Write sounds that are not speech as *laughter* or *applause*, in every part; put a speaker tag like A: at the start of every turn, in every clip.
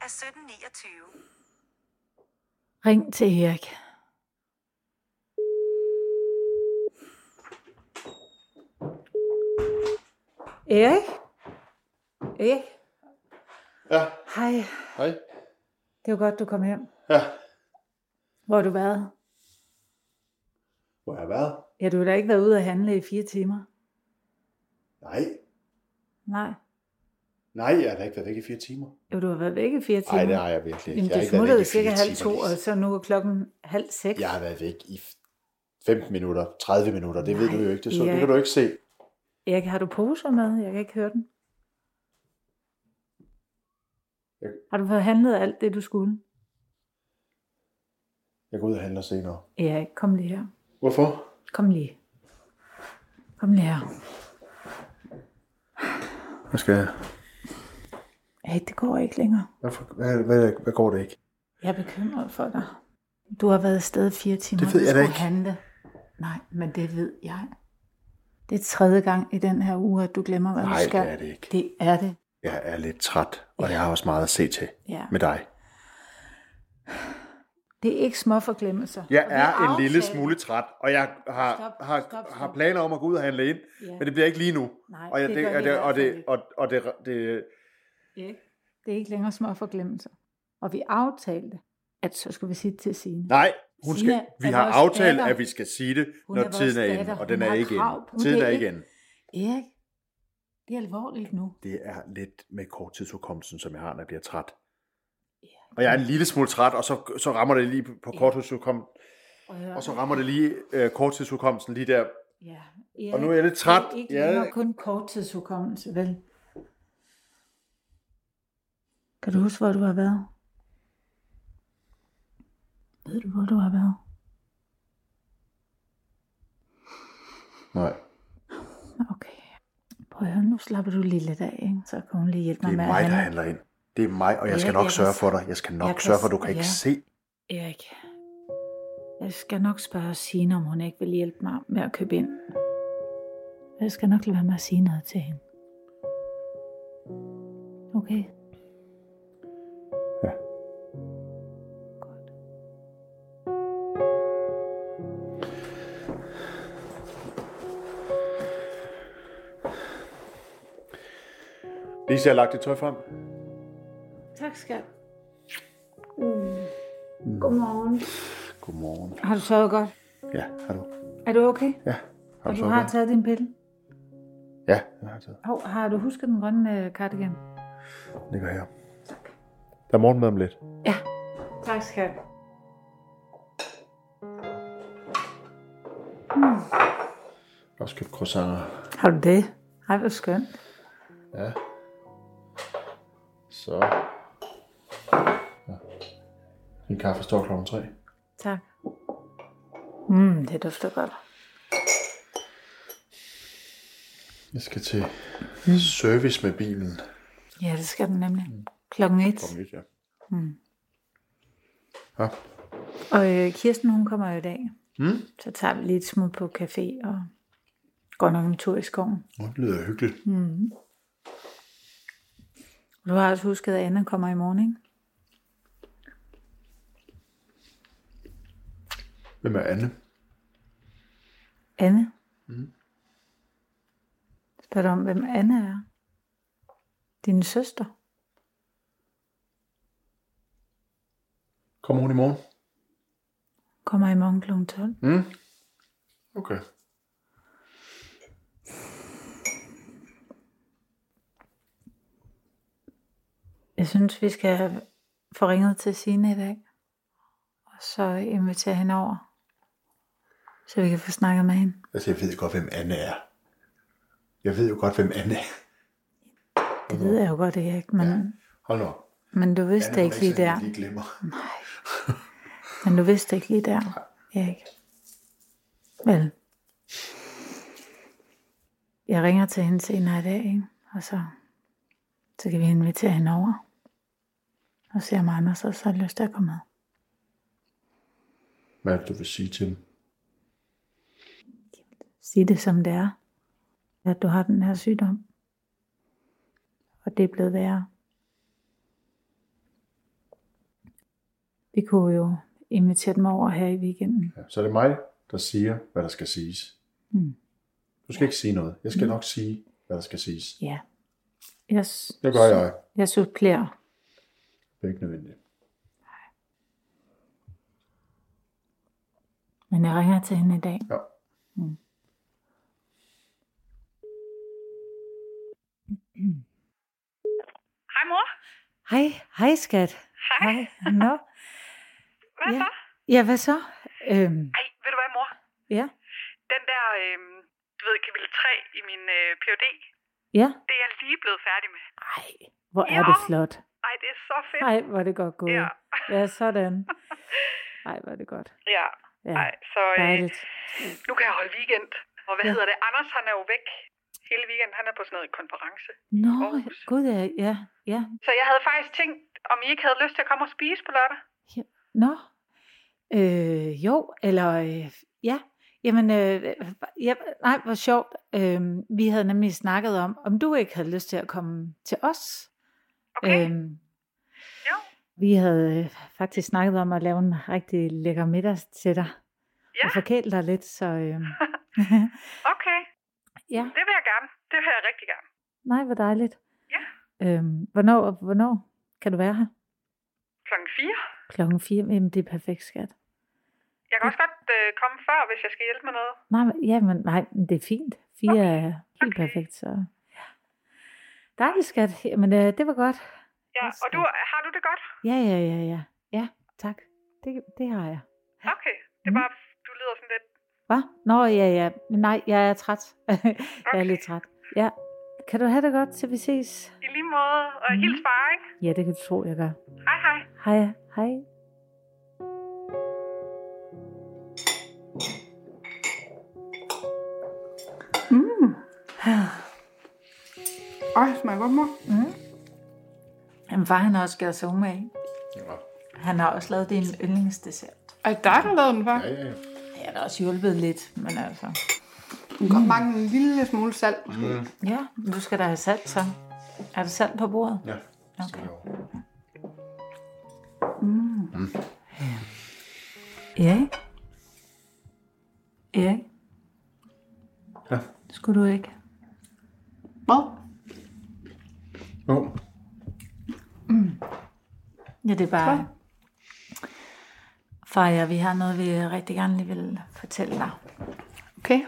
A: er 1729.
B: Ring til Erik.
C: Erik? Erik?
D: Ja,
C: Hej.
D: hej.
C: Det var godt, du kom hjem.
D: Ja,
C: Hvor har du været?
D: hvor har jeg været?
C: Ja, du har da ikke været ude at handle i fire timer.
D: Nej,
C: Nej.
D: nej, jeg har da ikke været væk i fire timer.
C: Jo, du har været væk i fire timer.
D: Nej, det har jeg virkelig ikke.
C: Jamen,
D: jeg har
C: du
D: ikke været væk
C: smuttede
D: i
C: cirka
D: fire
C: halv
D: timer,
C: to, altså.
D: Lis.
C: og så nu er klokken halv seks.
D: Jeg har været væk i 15 minutter, 30 minutter, det ved
C: Nej,
D: du jo ikke. Det, så,
C: Erik.
D: det kan du ikke se.
C: Erik, har du poser med? Jeg kan ikke høre den.
D: Jeg-
C: Har du fået handlet alt det, du skulle?
D: Jeg går ud og handler senere.
C: Erik, kom lige her.
D: Hvorfor?
C: Kom lige. Kom lige her.
D: Hvad skal jeg?
C: Hey, det går ikke længere.
D: Hvorfor? Hvad, hvad, hvad går det ikke?
C: Jeg er bekymret for dig. Du har været afsted fire timer,
D: Det ved
C: du
D: jeg
C: skulle
D: da ikke.
C: handle. Nej, men det ved jeg. Det er tredje gang i den her uge, at du glemmer, hvad
D: Nej,
C: du
D: det
C: skal.
D: er det ikke.
C: Det er det.
D: Jeg er lidt træt, og jeg har også meget at se til
C: Ja.
D: med dig.
C: Det er ikke små forglemmelser.
D: Jeg
C: Og vi
D: er en
C: aftalte-
D: lille smule træt, og jeg har,
C: Stop,
D: har,
C: stop, stop.
D: har planer om at gå ud og handle ind,
C: Ja.
D: men det bliver ikke lige nu.
C: Nej,
D: og jeg,
C: det gør
D: og
C: vi i
D: det,
C: hvert
D: og
C: fald
D: det,
C: ikke.
D: og, og det, det,
C: Ikke? Det er ikke længere små forglemmelser. Og vi aftalte, at så skulle vi sige det til Signe.
D: Nej, hun
C: Sina
D: skal, vi
C: er
D: har
C: vores
D: aftalt,
C: datter.
D: at vi skal sige det,
C: Hun
D: når
C: er vores
D: tiden er inde,
C: datter.
D: og den
C: Hun
D: er
C: har
D: ikke
C: krav
D: inde.
C: på
D: Tiden
C: det,
D: er ikke
C: ikke?
D: inde.
C: Erik, det er alvorligt nu.
D: Det er lidt med korttidsudkommelsen, som jeg har, når jeg bliver træt. Og jeg er en lille smule træt, og så, så rammer det lige på korttidsudkommelsen, og så rammer det lige øh, korttidsudkommelsen lige der.
C: Ja, Erik,
D: Og nu er jeg lidt
C: det
D: træt.
C: Ikke
D: Ja.
C: længere kun korttidshukommelse, vel? Kan du huske, hvor du har været? Ved du, hvor du har været?
D: Nej,
C: Okay. Prøv at høre, nu slapper du lige lidt af, ikke? Så kan hun lige hjælpe
D: det
C: mig
D: er
C: med
D: mig,
C: at
D: der
C: handle.
D: handler ind. Det er mig, og jeg skal
C: Ja,
D: nok
C: jeg
D: sørge
C: kan-
D: for dig. Jeg skal
C: jeg
D: nok
C: kan
D: sørge for,
C: s-
D: du kan ikke
C: ja.
D: se.
C: Erik, jeg skal nok spørge Signe, om hun ikke vil hjælpe mig med at købe ind. Jeg skal nok lade være med at sige noget til hende. Okay?
D: Ja.
C: Godt.
D: Lise, jeg har lagt dit tøj frem.
C: Tak, skat. Mm. Godmorgen.
D: Godmorgen.
C: Har du sovet godt?
D: Ja, har du?
C: Er du okay?
D: Ja, har
C: Og
D: du
C: du
D: sovet
C: har
D: godt?
C: taget din pille?
D: Ja, jeg har taget.
C: Hov, har du husket den grønne øh, cardigan?
D: Den ligger her. Der er morgenmad om lidt.
C: Ja. Tak, skat.
D: Også købt croissanter.
C: Har du det? Ej, hvor skønt.
D: Ja. Så. Ja. Min kaffe står klokken 3.
C: Tak. Mm, det dufter godt.
D: Jeg skal til service med bilen.
C: Ja, det skal den nemlig. Klokken et.
D: Kom lidt, ja.
C: Hmm.
D: Ja.
C: Og øh, Kirsten, hun kommer jo i dag. Mm. Så tager vi lige et smut på café og går nok en tur i skoven.
D: Nå, Det lyder hyggeligt.
C: Du har også husket, at Anna kommer i morgen, ikke?
D: Hvem er Anne?
C: Anne? Mm. Spørg dig om, hvem Anna er. Din søster.
D: Kommer hun i morgen?
C: Kommer i morgen kl. 12.
D: Mm. Okay.
C: Jeg synes, vi skal få ringet til Signe i dag. Og så invitere hende over. Så vi kan få snakket med hende.
D: Altså, jeg ved godt, hvem Anne er. Jeg ved jo godt, hvem Anne er.
C: Det ved jeg jo godt, Erik, men, Mm. ja.
D: Hold nu. op.
C: men du vidste
D: Anne,
C: det
D: hun
C: ikke lige
D: sådan
C: der.
D: en, jeg Lige glemmer.
C: Men du vidste det ikke lige der, Erik. Vel. Jeg ringer til hende senere i dag, ikke? og så, så kan vi invitere hende over. Og se om Anders også har lyst til at komme med.
D: Hvad er det, du vil sige til dem?
C: Sig det som det er. At du har den her sygdom. Og det er blevet værre. Vi kunne jo invitere dem over her i weekenden.
D: Ja, så er det mig, der siger, hvad der skal siges.
C: Mm.
D: Du skal ikke sige noget. Jeg skal nok sige, hvad der skal siges.
C: Ja. Jeg, s-
D: Det gør jeg.
C: Jeg supplerer.
D: Det er ikke nødvendigt.
C: Men jeg ringer til hende i dag.
D: Ja.
A: Hej mor.
C: Hej, hej skat.
A: Hej.
C: Nå.
A: Hvad
C: Ja.
A: så?
C: Ja, hvad så? Øhm,
A: Ej, ved du hvad mor?
C: ja.
A: Den der, øh, du ved, kapitel 3 i min øh, Ph.D.,
C: Ja.
A: det er jeg lige blevet færdig med.
C: Ej, hvor er det
A: Ja.
C: flot.
A: Ej, det er så fedt.
C: Ej, hvor er det godt gået.
A: Ja.
C: ja
A: *laughs*
C: sådan. Ej, hvor er det godt.
A: Ja.
C: Ja,
A: Ej, så øh,
C: dejligt.
A: nu kan jeg holde weekend. Og hvad
C: Ja.
A: ja. hedder det? Anders, han er jo væk hele weekenden. Han er på sådan noget konference.
C: Nå,
A: Aarhus.
C: gud, ja, ja, ja.
A: Så jeg havde faktisk tænkt, om I ikke havde lyst til at komme og spise på lørdag.
C: Nå. Øh, jo, eller øh, ja. Jamen, øh, ja, nej, hvor sjovt. Øh, vi havde nemlig snakket om, om du ikke havde lyst til at komme til os.
A: Okay? Øh.
C: Øhm,
A: Jo.
C: Vi havde øh, faktisk snakket om at lave en rigtig lækker middag til dig.
A: Ja.
C: Og forkæle dig lidt, så...
A: *laughs*
C: Øh,
A: Okay.
C: *laughs* ja,
A: Det vil jeg gerne. Det vil jeg rigtig gerne.
C: nej, hvor dejligt.
A: Ja.
C: Øhm, hvornår, hvornår kan du være her?
A: Klokken 4.
C: Klokken 4. Jamen, det er perfekt, skat.
A: Jeg kan også godt øh, komme før, hvis jeg skal hjælpe med noget.
C: Nej, men- ja, men, nej, men det er fint. Fire okay. er helt
A: Okay.
C: perfekt, så... Ja. Dejligt, skat. Jamen, øh, det var godt.
A: Ja,
C: Også
A: og du, har du det godt?
C: Ja, ja, ja, ja. Ja, tak. Det, det har jeg.
A: Okay. Det
C: Mhm.
A: var, du lyder sådan lidt...
C: Hvad? Nå, ja, ja. Men Nej, jeg er træt. *laughs* jeg er lidt træt. Ja. Kan du have det godt, til vi ses?
A: I lige måde, og
C: Mhm.
A: hils far, ikke?
C: Ja, det kan du tro, jeg gør.
A: Hej hej.
C: Hej, hej.
E: Ej, smager godt, mor.
C: Jamen, far han har også gjort sig umage.
D: Ja,
C: Han har også lavet din yndlingsdessert.
E: Er det dig, der lavede den, far?
D: ja, ja.
C: Jeg har da også hjulpet lidt, men altså...
E: Den kan godt mangle en lille smule salt. Mm.
C: Ja, men du skal da have salt, så. Er der salt på bordet?
D: ja. Okay.
C: Erik? Erik?
D: Ja.
C: Skulle du ikke?
E: Hvad?
D: Jo.
C: Ja, det er bare... Far og jeg, vi har noget, vi rigtig gerne lige vil fortælle dig.
E: Okay.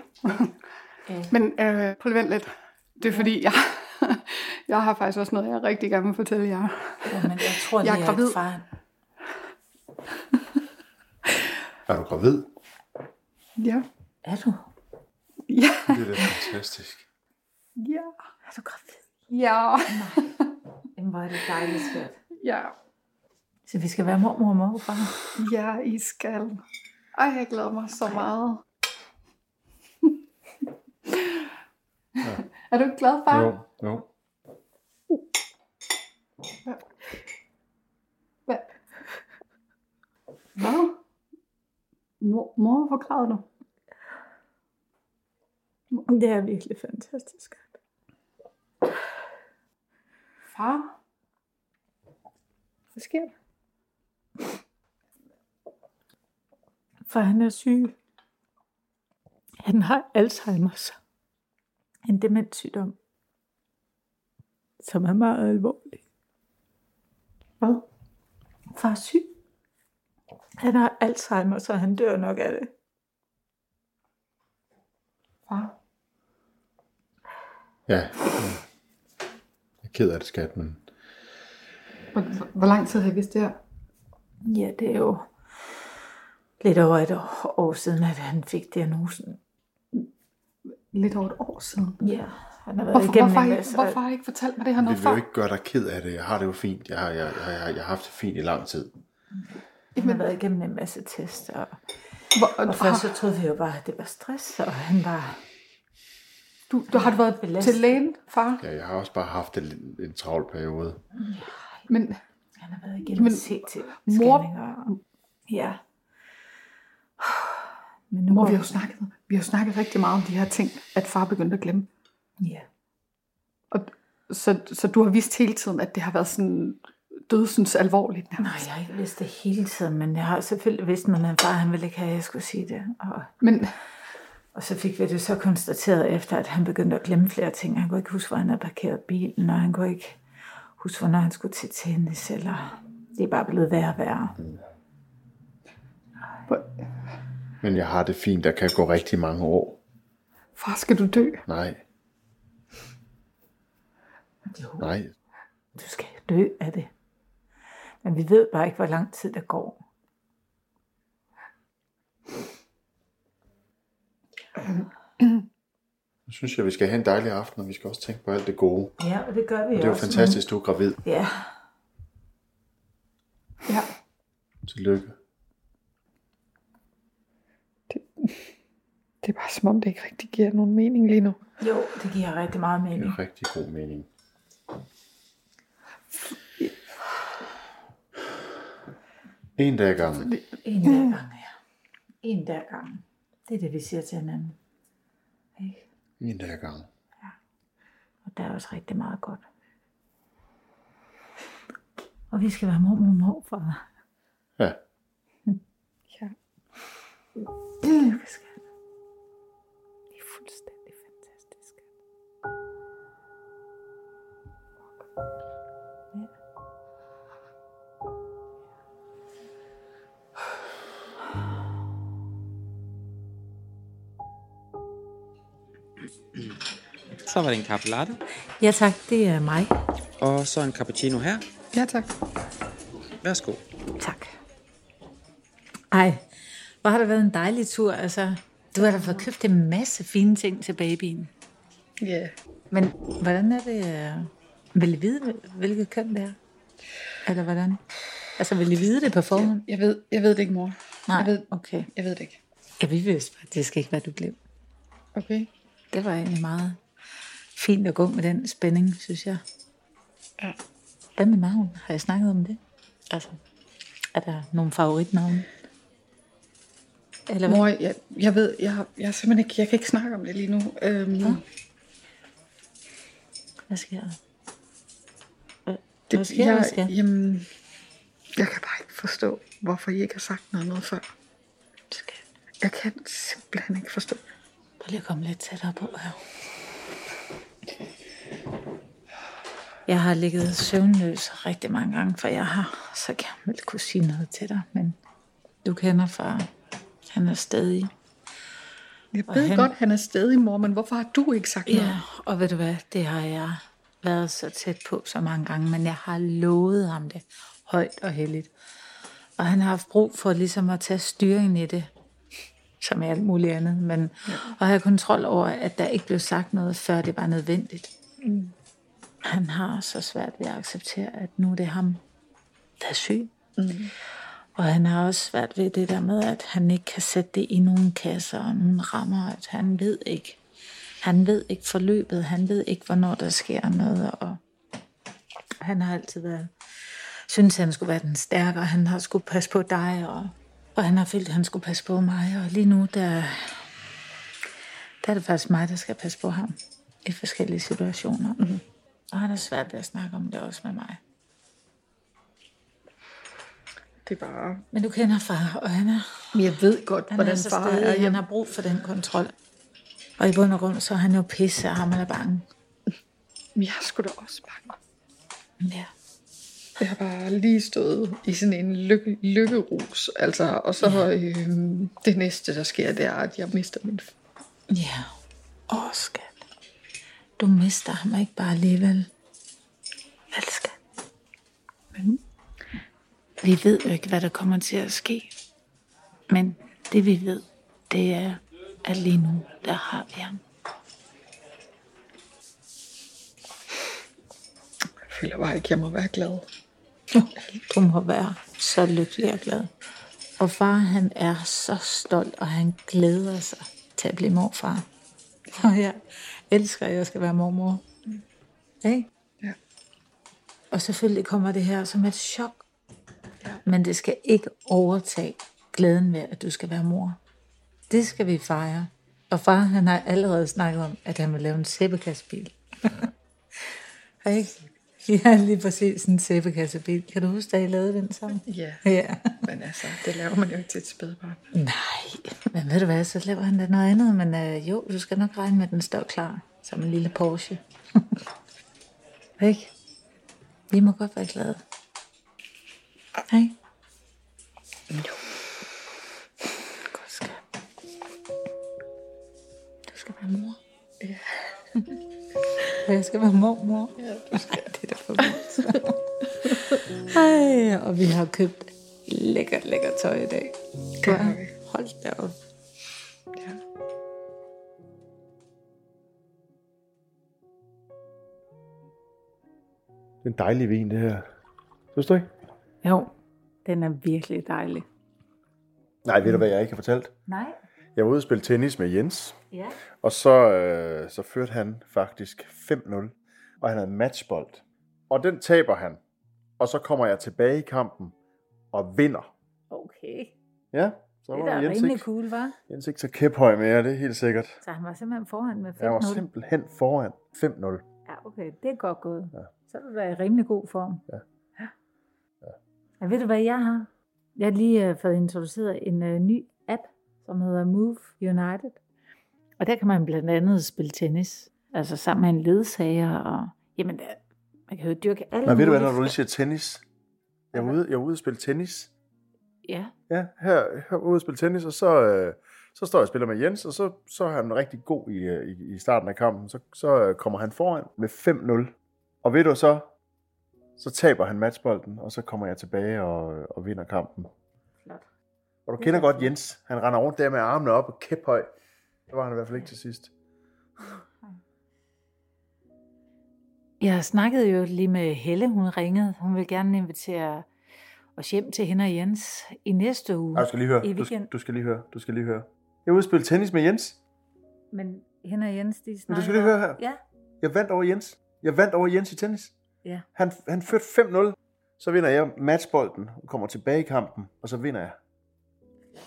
C: Øh.
E: Men øh, prøv lige vent lidt. Det er fordi, jeg, *laughs* jeg har faktisk også noget, jeg rigtig gerne vil fortælle jer.
C: Jamen, jeg tror,
E: Jeg er
C: lige, at
E: gravid.
C: far...
D: Er du gravid?
E: Ja.
C: Er du?
E: Ja.
D: Det er da fantastisk.
E: Ja.
C: Er du gravid?
E: Ja.
C: Jamen, hvor er det dejligt svært.
E: Ja.
C: Så vi skal være mormor og morfar.
E: Ja, I skal. Ej, jeg glæder mig så meget. *laughs* Er du ikke glad, far?
D: Jo, jo.
E: Hvad? Hvad? Mor, mor, hvor græder du?
C: Det er virkelig fantastisk.
E: Far? Hvad sker der?
C: For han er syg. Han har Alzheimer's. En demenssygdom. Som er meget alvorlig.
E: Hvad?
C: Far er syg. Han har Alzheimer, så han dør nok af det.
E: Far?
D: Ja. ja. Jeg er ked af det, skat, men...
E: Hvor, hvor- hvor lang tid har I vidst det her?
C: Ja, det er jo lidt over et år siden, at han fik diagnosen.
E: Lidt over et år siden.
C: Ja, han har været
E: Hvorfor,
C: igennem
E: hvorfor,
C: en
E: har I,
C: masse.
E: hvorfor har I ikke fortalt mig det her
D: Vi
E: noget
D: vil jo
E: før?
D: ikke gøre dig ked af det. Jeg har det jo fint. Jeg har, jeg, jeg, jeg, jeg har haft det fint i lang tid.
C: Han har været igennem en masse test. Og,
E: Hvor,
C: og først så troede vi jo bare, at det var stress, og han var...
E: du, du, har du været
C: Belastet.
E: til lægen, far?
D: Ja, jeg har også bare haft en, en travl periode.
E: Men
C: Han har været igennem
E: Men,
C: CT-scanninger. Ja. Men nu
E: mor,
C: må
E: vi har jo snakket, vi har jo snakket rigtig meget om de her ting, at far begyndte at glemme.
C: Ja.
E: Og, så, så du har vidst hele tiden, at det har været sådan dødsens alvorligt nærmest.
C: Nej, jeg har ikke vidst det hele tiden, men jeg har selvfølgelig vidst, at han bare han ville ikke have, at jeg skulle sige det. Og,
E: Men
C: og så fik vi det så konstateret efter, at han begyndte at glemme flere ting. Han kunne ikke huske, hvor han havde parkeret bilen, og han kunne ikke huske, hvornår han skulle til tennis, eller det er bare blevet værre og værre.
D: Men jeg har det fint, der kan gå rigtig mange år.
E: far, skal du dø?
D: Nej,
C: Jo,
D: nej.
C: du skal dø af det. Men vi ved bare ikke, hvor lang tid der går.
D: Jeg synes, jeg, vi skal have en dejlig aften, og vi skal også tænke på alt det gode.
C: Ja, og det gør vi
D: Og det er jo
C: også.
D: fantastisk, du er gravid.
C: Ja,
E: Ja,
D: Tillykke.
E: det er bare som om, det ikke rigtig giver nogen mening lige nu.
C: jo, det giver rigtig meget
D: Det
C: mening.
D: er rigtig god mening. En dag ad gangen.
C: En dag gang, ja. En dag gang. Det er det, vi siger til hinanden. Ikke?
D: En dag ad gangen.
C: Og der er også rigtig meget godt. Og vi skal være mor, mor, mor for
D: Ja.
E: Ja.
C: det, vi skal. Det er fuldstændig fantastisk.
F: Så var det en kaffe latte,
C: Ja tak, det er mig.
F: og så en cappuccino her.
E: Ja, tak.
F: Værsgo.
C: Tak. Ej, hvor har det været en dejlig tur. Altså, du har da fået købt en masse fine ting til babyen.
E: Ja. Yeah.
C: Men hvordan er det? øh, Vil I vide, hvilket køn det er? Eller hvordan? Altså, vil I vide det på forhånd?
E: Jeg ved, jeg ved det ikke, mor. Jeg ved,
C: okay.
E: jeg ved det ikke.
C: Ja, vi vidste faktisk ikke, hvad du blev.
E: Okay.
C: Det var egentlig meget fint at gå med den spænding, synes jeg.
E: Ja.
C: Hvad med navn? Har jeg snakket om det? Altså, er der nogle favoritnavne? Eller hvad?
E: Mor, jeg, jeg ved, jeg, har- jeg, er simpelthen ikke, jeg kan ikke snakke om det lige nu. Øhm,
C: Hvad sker der?
E: det,
C: Hvad sker der,
E: jeg,
C: skal?
E: Jamen, jeg kan bare ikke forstå, hvorfor I ikke har sagt noget, noget før.
C: Skal-
E: Jeg kan simpelthen ikke forstå.
C: Prøv lige at komme lidt tættere på her. Jeg har ligget søvnløs rigtig mange gange, for jeg har så gerne vil kunne sige noget til dig, men du kender far. Han er stadig.
E: Jeg
C: Og
E: ved
C: han-
E: godt, han er stadig mor, men hvorfor har du ikke sagt noget?
C: Ja, og ved du hvad, det har jeg været så tæt på så mange gange, men jeg har lovet ham det højt og heldigt. Og han har haft brug for ligesom at tage styringen i det, som i alt muligt andet, men og have kontrol over, at der ikke blev sagt noget, før det var nødvendigt. Mm. Han har så svært ved at acceptere, at nu er det ham, der er syg. Og han har også svært ved det der med, at han ikke kan sætte det i nogle kasser og nogle rammer, at han ved ikke. Han ved ikke forløbet, han ved ikke, hvornår der sker noget, og han har altid været, synes han skulle være den stærkere, han har skulle passe på dig, og, og han har følt, at han skulle passe på mig, og lige nu, der, der er det faktisk mig, der skal passe på ham i forskellige situationer. Mm. Og han har svært ved at snakke om det også med mig.
E: Det er bare...
C: Men du kender far, og han er
E: Jeg ved godt,
C: Han
E: hvordan
C: er så
E: far
C: stadig,
E: er.
C: han
E: Jeg,
C: har brug for den kontrol. Og i bund og grund, så er han jo pisse, og ham er bange.
E: jeg er sgu da også bange.
C: Ja.
E: Jeg har bare lige stået i sådan en lykke, lykkerus, altså, og så ja. øhm, det næste, der sker, det er, at jeg mister min...
C: Ja. Åh, skat. Du mister ham ikke bare alligevel. Vel, skat? Men vi ved jo ikke, hvad der kommer til at ske. Men det vi ved, det er, at lige nu, der har vi ham.
E: Jeg føler bare ikke, jeg må være glad.
C: Du må være så lykkelig og glad. Og far, han er så stolt, og han glæder sig til at blive morfar. Og jeg elsker, at jeg skal være mormor. Ikke?
E: Ja.
C: Og selvfølgelig kommer det her som et chok. Men det skal ikke overtage glæden ved, at du skal være mor. Det skal vi fejre. Og far, han har allerede snakket om, at han vil lave en sæbekastbil. Ikke?
B: Ja, lige præcis. En sæbekassebil. Kan du huske, da I lavede den sammen?
E: Ja,
B: Ja.
E: men altså, det laver man jo ikke til et spædbarn.
B: Nej, men ved du hvad, så laver han da noget andet. Men øh, jo, du skal nok regne med, at den står klar. Som en lille Porsche. *laughs* Ikke? Vi må godt være glade. Hej. Jo. Godt skal. Du skal være mor. Ja. *laughs* jeg skal være mormor. Ja, *laughs* du skal. Ej, det er da for *laughs* vildt. Ej, og vi har købt lækkert, lækkert tøj i dag.
E: Det har vi.
B: Hold da op.
E: Ja.
D: Det er en dejlig vin, det her. Synes du ikke?
C: Jo, den er virkelig dejlig.
D: Nej, ved du, hvad jeg ikke har fortalt?
B: Nej.
D: Jeg var ude og spille tennis med Jens,
B: Ja.
D: og så, øh, så førte han faktisk 5-0, og han havde matchbold. Og den taber han, og så kommer jeg tilbage i kampen og vinder.
B: Okay.
D: Ja, så
B: Det
D: var
B: der er
D: Jens
B: rimelig
D: ikke,
B: cool, var.
D: Jens ikke så kæphøj mere, det er helt sikkert.
B: Så han var simpelthen foran med 5-0.
D: Jeg var simpelthen foran 5-0.
B: Ja, okay. Det er godt gået.
D: Ja.
B: Ja. Så er du da i rimelig god form.
D: Ja.
B: Ja. ja. Ved du, hvad jeg har? Jeg har lige uh, fået introduceret en uh, ny app, som hedder Move United. Og der kan man blandt andet spille tennis. Altså sammen med en ledsager. Og, jamen, der, man kan jo dyrke alle
D: Men ved du hvad,
B: mulige
D: når du lige
B: fri-
D: siger tennis? Jeg var ude, jeg var ude og spille tennis.
B: Ja.
D: Ja, her, her var ude og spille tennis, og så, øh, så står jeg og spiller med Jens, og så, så er han rigtig god i, øh, i, i starten af kampen. Så, så øh, kommer han foran med 5-0. Og ved du så, så taber han matchbolden, og så kommer jeg tilbage og, øh, og vinder kampen.
B: Flot.
D: Og du kender godt Jens. Han render rundt der med armene op og kæphøj. Det var han i hvert fald ikke til sidst.
C: Jeg snakkede jo lige med Helle, hun ringede. Hun vil gerne invitere os hjem til hende og Jens i næste uge.
D: Ej, du skal lige høre.
C: I
D: Du, skal-
C: weekend.
D: du skal lige høre. Du skal lige høre. Jeg er ude og spille tennis med Jens.
C: Men hende og Jens, de
D: Men
C: snakker...
D: du skal lige høre her.
C: Ja.
D: Jeg vandt over Jens. Jeg vandt over Jens i tennis.
C: Ja.
D: Han, han førte 5-0. Så vinder jeg matchbolden, og kommer tilbage i kampen, og så vinder jeg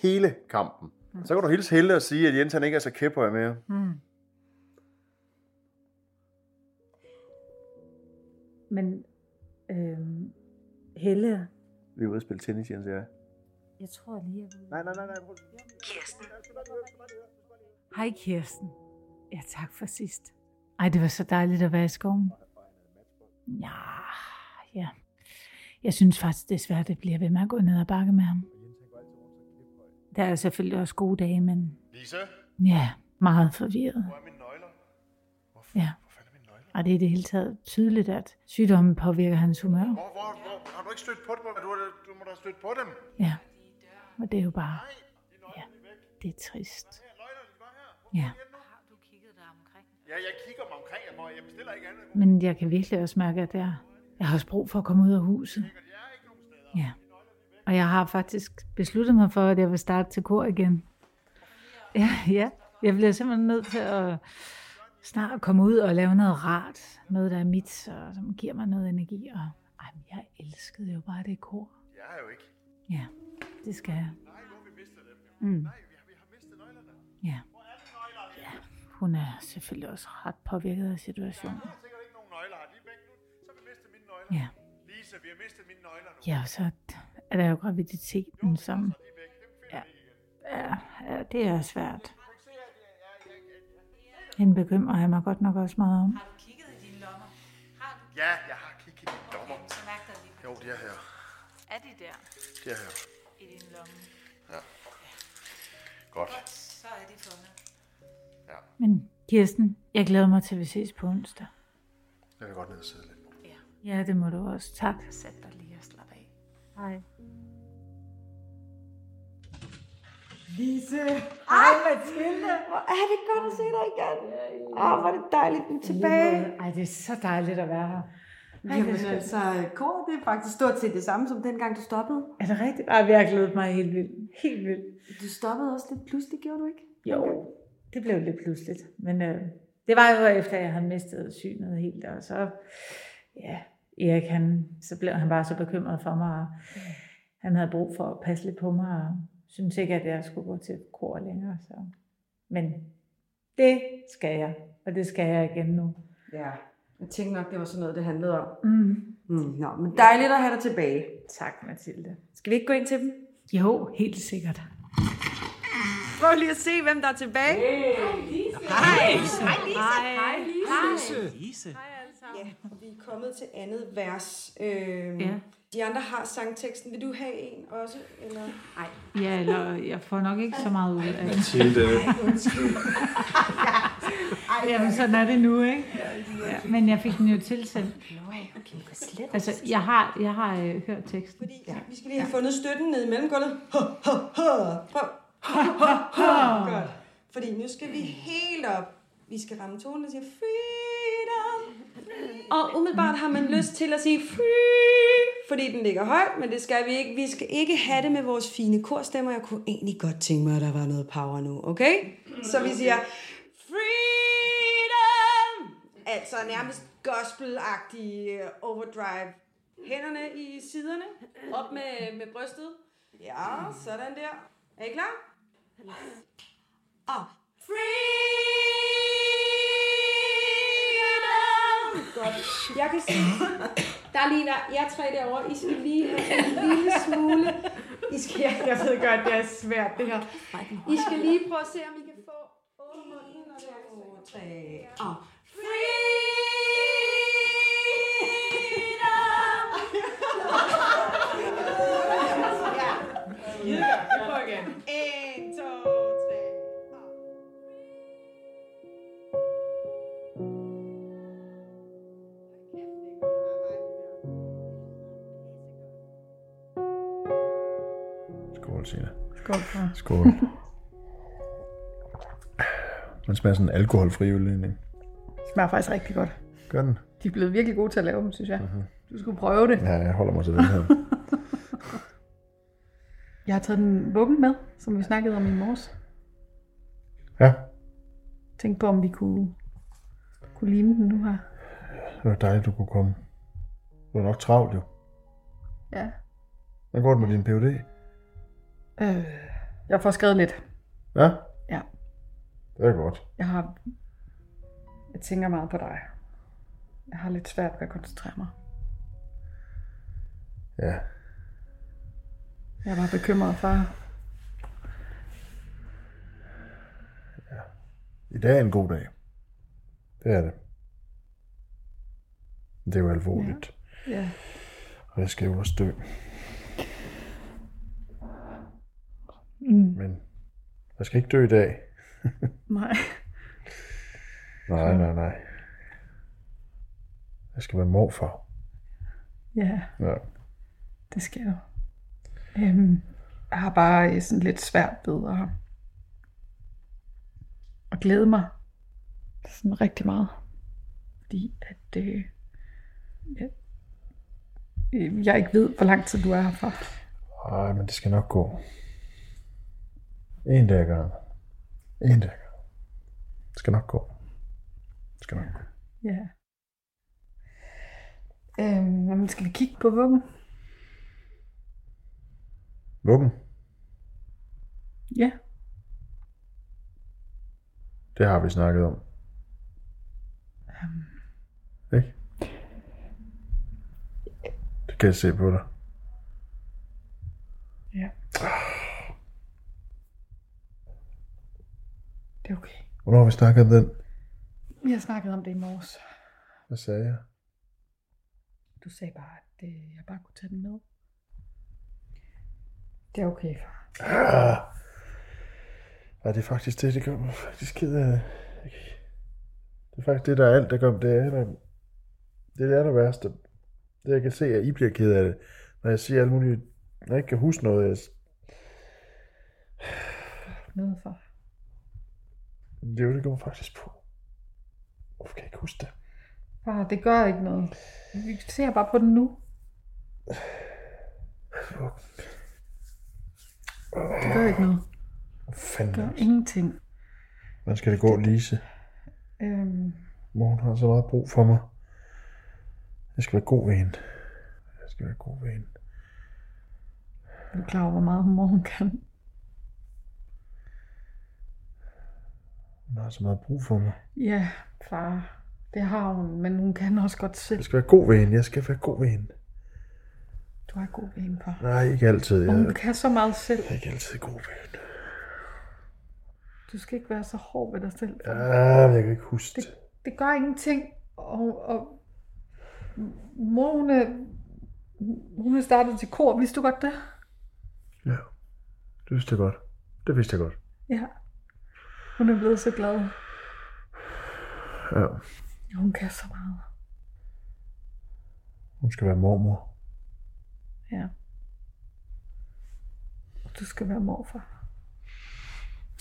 D: hele kampen. Så kan du hilse Helle og sige, at Jens han ikke er så kæpper mere.
C: Mm.
B: Men øhm, Helle,
D: Vi er ude og spille tennis, Jens og jeg.
B: jeg tror lige, jeg
D: Nej, nej, nej. nej. prøv-
C: Hej Kirsten. Ja, tak for sidst. Ej, det var så dejligt at være i skoven. Ja, ja. Jeg synes faktisk desværre, Altså, det bliver ved med at gå ned og bakke med ham. Der er selvfølgelig også gode dage, men
D: Lise,
C: ja, meget forvirret.
D: hvor er mine nøgler? Hvor, f-
C: Ja.
D: hvor fanden er mine nøgler?
C: Og det er i det hele taget tydeligt, at sygdommen påvirker hans humør.
D: Hvor, hvor, hvor, har du ikke stødt på dem? Du, har- du må da have stødt på dem.
C: Ja, og det er jo bare... Ja, det er trist. Ja.
D: Ja, jeg kigger mig omkring, jeg, må, jeg bestiller ikke andet.
C: Men jeg kan virkelig også mærke, at jeg, jeg har også brug for at komme ud af huset. Ja. Og jeg har faktisk besluttet mig for, at jeg vil starte til kor igen. Ja, ja. Jeg bliver simpelthen nødt til at snart komme ud og lave noget rart. Noget, der er mit, og som giver mig noget energi. Og ej, men jeg elskede jo bare det kor.
D: Jeg har jo ikke.
C: Ja, det skal jeg.
D: Nej, nu har vi mistet dem. jo.
C: Mm.
D: Nej, vi har, vi har mistet nøglerne.
C: Ja.
D: Hvor er de nøgler? Jeg
C: Hun er selvfølgelig også ret påvirket af situationen.
D: har sikkert ikke nogen nøgler. Har de væk nu? Så har vi mistet mine nøgler.
C: Ja.
D: Lise, vi har mistet mine nøgler nu.
C: Ja, og så er der jo graviditeten, som...
D: De er væk. Dem finder
C: Ja.
D: vi ikke igen.
C: Ja, ja, det er svært.
D: Kan du ikke se, at jeg- jeg- jeg- jeg-
C: Hende bekymrer jeg mig godt nok også meget om.
D: Ja, jeg har kigget i mine lommer. Jo, det er her.
B: Er de der
D: Det er her.
B: i din lomme?
D: Godt.
B: Så er de fundet.
D: Ja,
C: Men Kirsten, jeg glæder mig til, at vi ses på onsdag.
D: jeg vil godt ned og sidde lidt.
C: Ja, det må du også. Tak.
B: Sæt dig lige og slap af.
C: Hej.
G: tilbage.
C: Ej, det er så dejligt at være her.
G: Jamen altså, kor, det er faktisk stort set det samme som dengang, du stoppede.
C: Er det rigtigt? Ej, jeg har glædet mig helt vildt. Helt vildt.
G: Du stoppede også lidt pludselig, gjorde du ikke?
C: Jo, det blev lidt pludseligt. Men øh, det var jo efter, jeg havde mistet synet helt. Og så, ja, Erik, han, så blev han bare så bekymret for mig. Og han havde brug for at passe lidt på mig. Og syntes ikke, at jeg skulle gå til kor længere. Så. Men det skal jeg. Og det skal jeg igen nu.
G: Ja. Jeg tænkte nok, det var sådan noget, det handlede om.
C: Mm.
G: Mm, nå, men dejligt at have dig tilbage.
C: Tak, Mathilde.
G: Skal vi ikke gå ind til dem?
C: Jo, helt sikkert.
G: Prøv lige at se, hvem der er tilbage. Hey. Hej, Lise. Hej, Lise. Hej, Lise. Hej, Lise. Ja, vi er kommet til andet vers. Øhm,
C: Ja.
G: De andre har sangteksten. Vil du have en også? Eller? Nej.
C: Ja, eller jeg får nok ikke så meget ud af det.
E: Mathilde.
C: *laughs* Jamen, sådan er det nu, ikke? Ja, men jeg fik den jo tilsendt. Altså, jeg har, jeg har øh, hørt teksten.
G: Fordi ja. vi skal lige have fundet støtten nede i mellemgulvet. Ho, ho, ho. Prøv. Ho, ho, ho. Godt. Fordi nu skal vi helt op. Vi skal ramme tonen og sige freedom. Og umiddelbart har man lyst til at sige free, fordi den ligger højt, men det skal vi ikke. Vi skal ikke have det med vores fine korstemmer. Jeg kunne egentlig godt tænke mig, at der var noget power nu, okay? Så vi siger freedom. Altså nærmest gospelagtig øh, overdrive. Hænderne i siderne, op med, med brystet. Ja, sådan der. Er I klar? Og freedom. Godt. Jeg kan se, der ligner jer tre derovre. I skal lige have en lille smule. I skal, jeg, jeg ved godt, det er svært det her. I skal lige prøve at se, om I kan få åbne munden. og det er- En, to, tre, Ah. og freedom. En, to, tre.
D: Skål, Sina.
C: Skål for.
D: Skål. Man smager sådan en alkoholfri øl, egentlig.
E: smager faktisk rigtig godt.
D: Gør den?
E: De er blevet virkelig gode til at lave dem, synes jeg. Du skulle prøve det.
D: Ja, jeg holder mig til den
C: *laughs*
D: her.
E: Jeg har taget den vuggen med, som vi snakkede om i morges.
D: Ja,
E: Tænk på, om vi kunne, kunne lime den nu her.
D: det var dejligt, du kunne komme. Du er nok travlt, jo.
E: Ja.
D: Hvordan går det med din PhD?
E: Øh, jeg får skrevet lidt.
D: Ja?
E: Ja.
D: Det er godt.
E: Jeg har... Jeg tænker meget på dig. Jeg har lidt svært ved at koncentrere mig.
D: Ja.
E: Jeg var bekymret for...
D: I dag er en god dag. Det er det. Det er jo alvorligt. Ja.
E: Ja.
D: Og jeg skal jo også dø.
E: Mm,
D: Men jeg skal ikke dø i dag.
E: nej.
D: Nej, nej, nej. Jeg skal være morfar.
E: Ja,
D: Ja.
E: det skal jo. Øhm, jeg har bare øh, sådan lidt svært ved at, at glæde mig sådan rigtig meget. Fordi at øh, jeg, øh, jeg ikke ved, hvor lang tid du er herfra.
D: Ej, men det skal nok gå. En dag ad gangen. En dag ad gangen. Det skal nok gå. Det skal nok gå.
E: Ja. Øhm, jamen, skal vi kigge på vuggen?
D: Vuggen,
E: Ja.
D: det har vi snakket om.
E: Øhm.
D: Ikke? Det kan jeg se på dig.
E: Ja. Det er okay.
D: Hvornår har vi snakket om den?
E: Vi har snakket om det i morges.
D: Hvad sagde jeg?
E: Du sagde bare, at øh, jeg bare kunne tage den med. Det er okay, far.
D: Ah! Ja, det er faktisk det, det gør mig faktisk ked af. det. Det er faktisk det, der er alt, der gør mig. Det er der, det, er det værste. Det, jeg kan se, at I bliver ked af det. Når jeg siger alt muligt, når jeg ikke kan huske noget. Jeg,
E: Med, far.
D: det er jo, det går mig faktisk på. Hvorfor kan jeg ikke huske det?
E: Far, Ah, det gør ikke noget. Vi ser bare på den nu. Det gør ikke noget.
D: Hvor
E: Det
D: fanden
E: gør
D: også?
E: ingenting.
D: Hvordan skal det gå, Lise?
E: Øhm,
D: Mor, hun har så meget brug for mig. Jeg skal være god ved hende. Jeg skal være god ved hende.
E: er du klar over, hvor meget mor hun kan?
D: Hun har så meget brug for mig.
E: Ja, far.
H: Det har hun, men hun kan også godt selv.
D: Jeg skal være god ved hende. Jeg skal være god ved hende.
H: Du er god ved hende på.
D: Nej, ikke altid.
H: Og
D: Jeg
H: hun kan så meget selv.
D: er ikke altid god ved hende.
H: Du skal ikke være så hård ved dig selv. for
D: Ja, Ah, men jeg kan ikke huske det.
H: Det gør ingenting. Og, og mor, hun er, hun er startet til kor. Vidste du godt det?
D: Ja. Det vidste jeg godt. Det vidste jeg godt.
H: Ja. Hun er blevet så glad.
D: Ja.
H: Hun kan så meget.
D: Hun skal være mormor.
H: Ja. Du skal være morfar.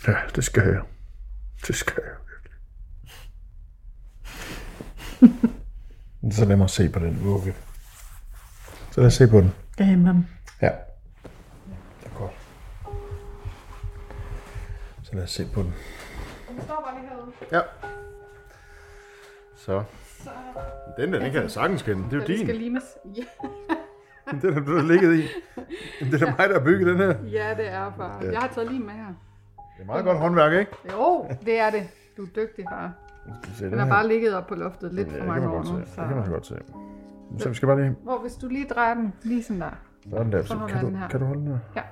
D: Ja, det skal jeg. Det skal jeg.
H: *laughs*
D: virkelig. Så lad mig se på den vugge. Så lad os se på den.
H: Det er man.
D: Ja. Det er godt. Så lad os se på den. Ja. Så. Den der, den kan jeg sagtens kende. Det er jo
I: Den
D: din.
I: skal limes. Ja,
D: Den er du har ligget i. Det er da mig, der har bygget den her.
I: ja, det er far. Jeg har taget lim med her.
D: Det er meget godt håndværk, ikke?
I: Jo, det er det. Du er dygtig, far. Den har bare ligget op på loftet lidt for
D: Ja, det kan
I: mange år
D: man godt se.
I: nu.
D: Det kan man
I: Så.
D: godt se. Så vi skal bare lige...
I: Hvor hvis du lige drejer den, lige sådan der.
D: Sådan der. Så
I: holder
D: kan,
I: jeg
D: du,
I: den her.
D: kan du holde den her?
I: Ja.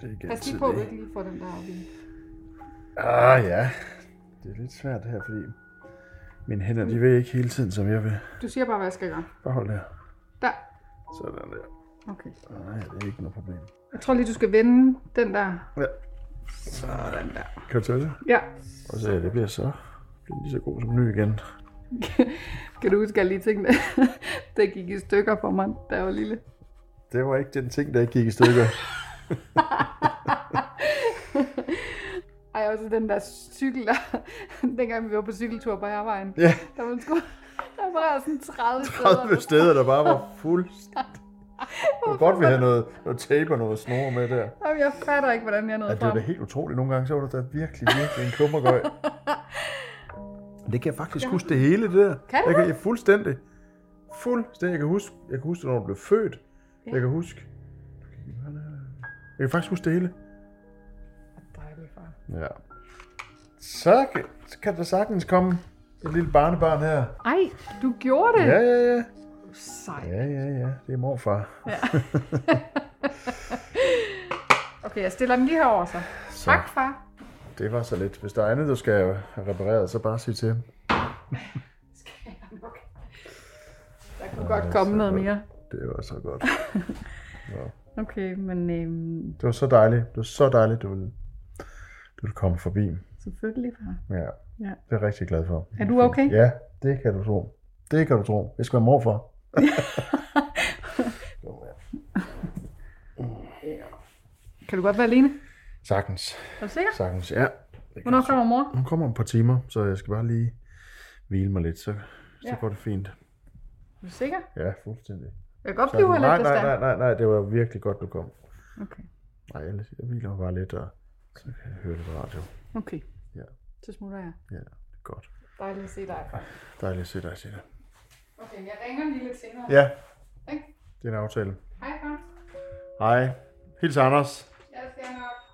D: Det er ikke
I: Pas lige
D: altid
I: på, at du
D: det.
I: ikke lige får den der op i.
D: Ah ja. Det er lidt svært her, fordi mine hænder, de vil ikke hele tiden, som jeg vil.
I: Du siger bare, hvad jeg skal gøre.
D: Bare hold der.
I: Der.
D: Sådan der.
I: Okay.
D: Nej, det er ikke noget problem.
I: Jeg tror lige, du skal vende den der.
D: Ja.
I: Sådan der.
D: Kan du tage det?
I: Ja.
D: Og så ja, det bliver så bliver den lige så god som ny igen.
I: Kan du huske, at jeg lige *laughs* tænkte, det gik i stykker for mig, da jeg var lille.
D: Det var ikke den ting, der ikke gik i stykker.
I: *laughs* Ej, også den der cykel, der, dengang vi var på cykeltur på hervejen.
D: ja,
I: Der var, en sko, der var sådan
D: *laughs*
I: 30 steder.
D: 30 steder, der bare var
I: *laughs*
D: fuldstændig. Det var godt, vi havde noget, noget tape og noget snor med der.
I: Jamen, jeg fatter ikke, hvordan jeg nåede
D: Ja,
I: ja,
D: det var
I: frem.
D: da helt utroligt. Nogle gange så var der da virkelig, virkelig en
I: *laughs*
D: klummergøj. Det kan jeg faktisk huske det hele, det der.
I: Kan du
D: jeg kan, jeg, fuldstændig. Fuldstændig. Jeg kan huske, jeg kan huske, når du blev født. Ja. Jeg kan huske. Jeg kan faktisk huske det hele. Ja. Så kan, så kan der sagtens komme et lille barnebarn her.
I: Ej, du gjorde det.
D: Ja, ja, ja.
I: Sej.
D: Ja, ja, ja. Det er morfar.
I: *laughs* Okay, jeg stiller den lige herover så.
D: *laughs* Så
I: Tak, far.
D: det var så lidt. Hvis der er andet, du skal have repareret, så bare sig til ham.
I: *laughs* Der kunne godt komme noget mere.
D: Det var så godt.
I: *laughs* Okay, men øhm,
D: Det var så dejligt. Det var så dejligt, du ville, du ville komme forbi.
I: selvfølgelig, far.
D: Ja.
I: Ja.
D: Det er jeg rigtig glad for.
I: Er du okay?
D: Ja, det kan du tro. Det kan du tro. Jeg skal være
I: *laughs*
D: morfar.
I: Kan du godt være alene?
D: Sagtens.
I: Er du sikker?
D: Sagtens, ja. Det kan
I: Hvornår
D: jeg tro.
I: kommer mor?
D: Hun kommer om et par timer, så jeg skal bare lige hvile mig lidt, så, så
I: Ja.
D: går det fint.
I: Er du sikker?
D: Ja, fuldstændig.
I: Jeg kan godt
D: Så,
I: blive lidt,
D: nej,
I: hvis
D: nej,
I: der
D: nej, nej, nej, det var virkelig godt, du kom.
I: Okay,
D: Nej, jeg, jeg hviler mig bare lidt, og så kan jeg høre lidt radio.
I: okay.
D: Ja.
I: Så smutter jeg.
D: Ja, det er godt.
I: Dejligt at se dig.
D: Dejligt at se dig, Sina.
I: Okay, jeg ringer lige lidt senere.
D: Ja,
I: Ikke?
D: det er en aftale.
I: Hej, far.
D: Hej. Hils Anders.
I: Jeg skal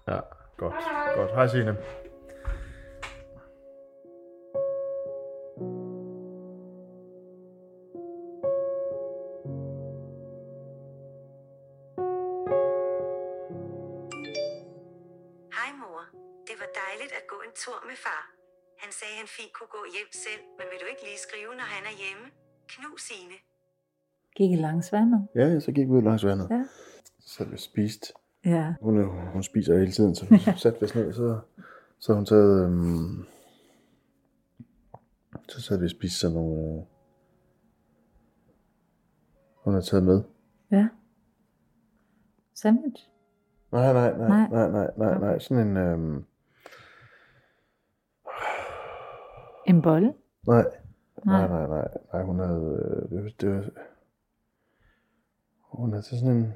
I: nok.
D: Ja, godt. Hej. Godt. Hej Signe.
J: Hej mor. Det var dejligt at gå en tur med far. Han sagde, han fint kunne gå hjem selv, men vil du ikke lige skrive, når han er hjemme? Knus Signe.
B: Gik I langs vandet?
D: Ja, så gik vi ud langs vandet.
B: Ja.
D: Så satte vi og spiste.
B: Ja.
D: Hun, er jo- hun spiser jo hele tiden, så vi satte vi os ned, så, så hun taget... Øhm, så sad vi og spiste sådan nogle... Øh, hun har taget med.
B: Ja. Sandwich?
D: Nej, nej, nej,
B: Nej.
D: nej, nej, nej, nej. Sådan en... Øhm,
B: En bolle?
D: nej, nej, nej, nej, nej, hun havde... Øh, det, var- det var, hun havde taget sådan en...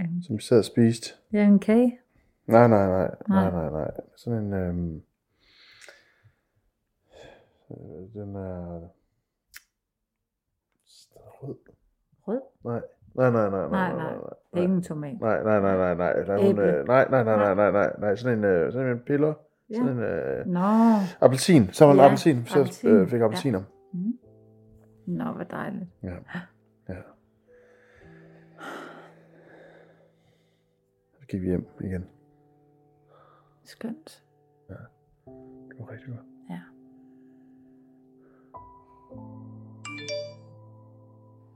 B: En-
D: Som vi sad og spiste.
B: Ja, en kage.
D: Nej, nej, nej, nej,
B: Nej.
D: nej, nej. Sådan en, øhm, øh, den er rød.
B: Rød?
D: Nej, nej, nej, nej, nej,
B: Nej,
D: nej,
B: nej.
D: nej,
B: Ingen tomat.
D: nej, nej, nej, nej, nej, nej, nej, nej,
B: Æble.
D: nej, nej, nej, nej, nej, nej, sådan en, øh, sådan en piller, Ja. Sådan en øh,
B: Mm.
C: Nå.
D: appelsin. Så var en
C: Ja,
D: ja, appelsin. Så
C: appelsin.
D: øh, fik jeg
C: Ja.
D: appelsiner.
C: Mm. Nå, hvor dejligt.
D: Ja. ja. Så gik vi hjem igen.
C: Skønt.
D: Det var rigtig godt.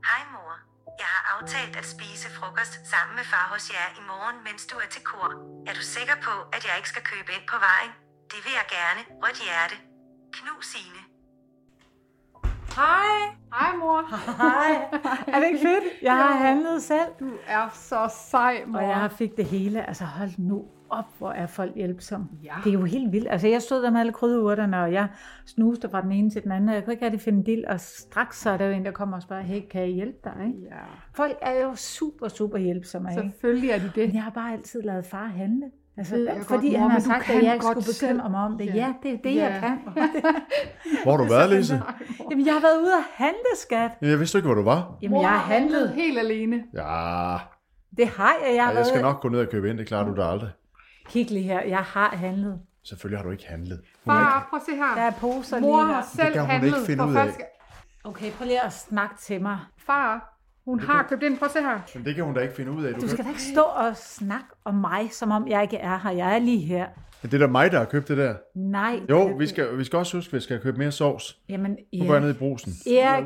J: Hej mor. Jeg har aftalt at spise frokost sammen med far hos jer i morgen, mens du er til kor. Er du sikker på, at jeg ikke skal købe ind på vejen? Det vil jeg gerne. Rødt hjerte. Knus Signe.
B: Hej.
E: Hej, mor.
B: Hej. *laughs* Er det ikke fedt? Jeg har
E: Jo.
B: handlet selv.
E: Du er så sej, mor.
B: Og jeg har fik det hele. Altså hold nu op, hvor er folk hjælpsomme.
E: Ja.
B: Det er jo helt vildt. Altså jeg stod der med alle krydderurterne, og jeg snuste fra den ene til den anden, og jeg kunne ikke rigtig finde dild, og straks så er der jo en, der kommer og spørger, hey, kan jeg hjælpe dig? Ikke?
E: Ja.
B: Folk er jo super, super hjælpsomme. Ikke?
E: Selvfølgelig er de det.
B: Men jeg har bare altid lavet far handle. Altså,
E: Ved jeg
B: fordi
E: godt, mor,
B: han har
E: men du
B: sagt,
E: kan
B: at jeg ikke
E: godt
B: skulle bekymre
E: selv.
B: mig om det.
E: Ja.
B: Ja, ja det er det,
E: Ja.
B: jeg
E: *laughs*
B: kan.
D: Hvor har du
B: *laughs*
D: været, Lise?
B: Jamen, jeg har været ude og handle, skat.
D: Jamen, jeg vidste ikke, hvor du var.
B: Jamen, jeg har handlet.
E: helt alene.
D: Ja,
B: Det har jeg. Jeg, har
D: Ej, jeg skal
B: været...
D: nok gå ned og købe ind. Det klarer du da aldrig.
B: Kig lige her. Jeg har handlet.
D: Selvfølgelig har du ikke handlet. Hun er ikke...
E: Far, prøv at se her.
B: Der er poser
E: Mor
B: lige
E: har
B: her.
E: selv
D: kan hun
E: handlet
D: ikke finde
E: for
D: ud af.
E: første gang.
B: Okay, prøv lige at snakke til mig.
E: Far, hun har købt ind. Prøv at se her.
D: Men det kan hun da ikke finde ud af. Du
B: Du skal
D: kan...
B: da ikke stå og snakke om mig, som om jeg ikke er her. Jeg er lige her.
D: Men det er da mig, der har købt det der.
B: Nej.
D: Jo, vi skal, vi skal også huske, at vi skal købe mere sovs.
B: Jamen,
D: Nu går jeg ned i brusen.
B: Erik,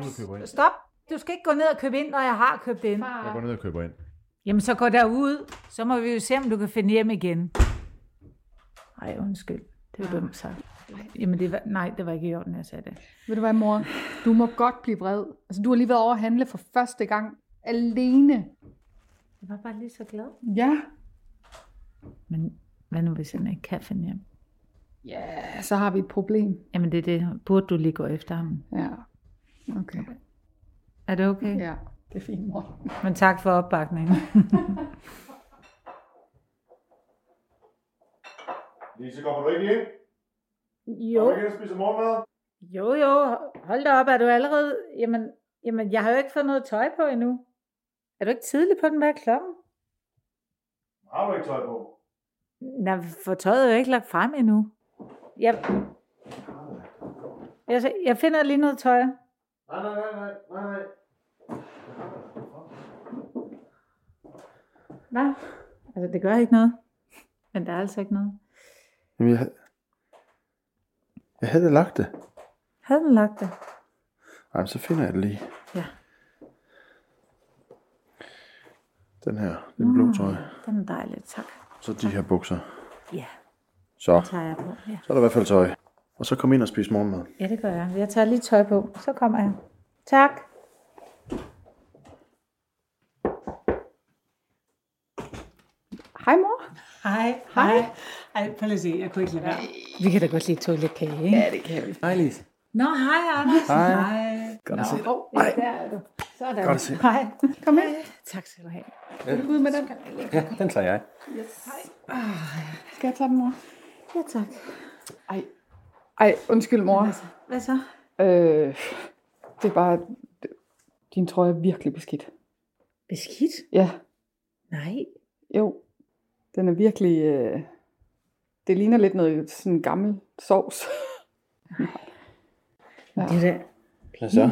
D: Jeg går ned og køber ind.
B: stop. Du skal ikke gå ned og købe ind, når jeg har købt ind.
D: Jeg går ned og køber ind.
B: Jamen, så gå derud. Så må vi jo se, om du kan finde hjem igen. Nej, undskyld. Det var dumt sagt. Jamen, det var, nej, det var ikke i orden, jeg sagde det.
E: Ved du hvad, mor? Du må godt blive vred. Altså, du har lige været over at handle for første gang. Alene.
B: Jeg var bare lige så glad.
E: Ja.
B: Men hvad nu, hvis han ikke kan finde hjem?
E: Ja, så har vi et problem.
B: Jamen, det er det. Burde du lige gå efter ham?
E: Ja. Okay.
B: Er det okay?
E: Ja, det er fint, mor.
B: Men tak for opbakningen.
D: *laughs* Lise, kommer du ikke ind?
B: jo,
D: ind og spiser morgenmad?
B: jo, jo. Hold da op, er du allerede... Jamen, jamen, jeg har jo ikke fået noget tøj på endnu. Er du ikke tidlig på den her klokken?
D: Har du ikke tøj på?
B: Nej, for tøjet er jo ikke lagt frem endnu. Jeg, jeg, jeg finder lige noget tøj.
D: Nej, nej, nej, nej, nej, nej.
B: Hvad? Altså, det gør ikke noget. Men der er altså ikke noget.
D: Jamen, jeg, havde- jeg havde da lagt det.
B: Havde den lagt det?
D: Ej, men så finder jeg det lige.
B: Ja.
D: Den her, den blå trøje.
B: Den er dejlig, tak.
D: Så de her bukser.
B: Ja,
D: Så,
B: den tager jeg på. Ja.
D: så er der i hvert fald tøj. Og så kom ind og spis morgenmad.
B: ja, det gør jeg. Jeg tager lige tøj på, så kommer jeg. Tak.
E: Hej, mor.
B: Hej. Hej. Ej, prøv lige at se, jeg kunne ikke lade være. Vi kan da godt lige tåle lidt kage, ikke?
K: Ja, det kan vi.
F: Hej, Lise.
B: Nå, hej Anders.
F: Hej.
B: Hej.
F: Godt at se dig.
E: Åh,
B: Ja, der er du. Sådan.
F: Godt at se dig.
B: Hej.
E: kom ind.
B: Tak skal du have.
E: Vil du ud med den?
F: Ja, den tager jeg.
E: Skal jeg tage den, mor?
B: Ja, tak.
E: Ej, undskyld, mor.
B: Hvad så?
E: Øh, det er bare... Din trøje er virkelig beskidt.
C: Beskidt?
E: Ja,
C: Nej.
E: jo. Den er virkelig... Øh, det ligner lidt noget sådan gammel sovs. Ja.
C: Det er da...
F: Hvad så?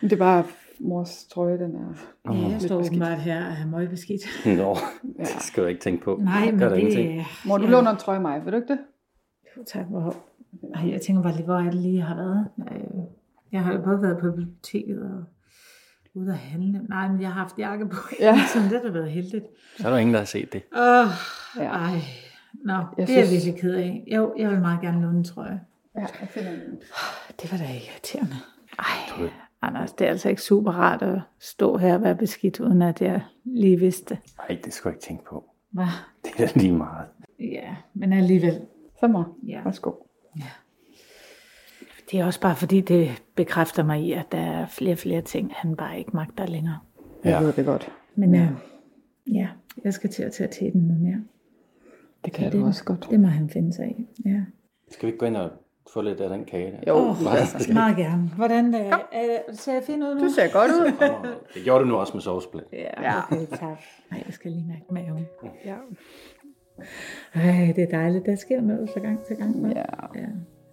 E: Men Det er bare mors trøje, den er...
C: Ja, jeg
E: Lidt
C: står
E: beskidt.
C: åbenbart her og er møgbeskidt.
F: *laughs* Nå,
E: Ja.
F: det skal du ikke tænke på.
C: Nej, men
F: Gør der
C: det...
F: ingenting.
E: Mor, du låner en trøje af mig, vil du ikke det?
C: Jo, tak. Hvor...
B: Ej, jeg tænker bare lige, hvor er det lige, jeg har været? Øh, Jeg har jo både været på biblioteket og ude at handle. Nej, men jeg har haft jakke på.
E: Ja.
B: *laughs* Så det har da været heldigt.
F: Så er der ingen, der har set det.
B: Åh,
E: Ja.
B: ej.
E: Jeg
B: Nå, det er jeg
E: synes-
B: virkelig ked af. Jo, jeg vil meget gerne låne en trøje.
E: Ja, jeg finder den.
B: Det var da irriterende. Ej, Anders, det er altså ikke super rart at stå her og være beskidt, uden at jeg lige vidste.
F: Nej, det skal du ikke tænke på.
B: Hvad?
F: Det er da lige meget.
B: Ja, men alligevel.
E: Så mor,
B: Ja.
E: værsgo.
B: Det er også bare fordi, det bekræfter mig i, at der er flere og flere ting, han bare ikke magter længere.
E: Jeg
F: Ja.
E: ved det godt.
B: Men ja, ja jeg skal til at tage teten noget mere.
E: Det kan
B: Det-
E: du også godt.
B: Det må han finde sig i. Ja.
F: Skal vi ikke gå ind og få lidt af den kage der?
E: Jo,
B: Åh,
F: Meget.
B: Meget gerne. Hvordan øh, øh, ser jeg fin ud nu?
E: du ser godt ud.
F: Åh, Det gjorde du nu også med sovsplæt.
B: Ja, okay, tak. Nej, jeg skal lige mærke maven.
E: Ja.
B: Ej, det er dejligt. Der sker noget fra gang til gang. Ja. ja.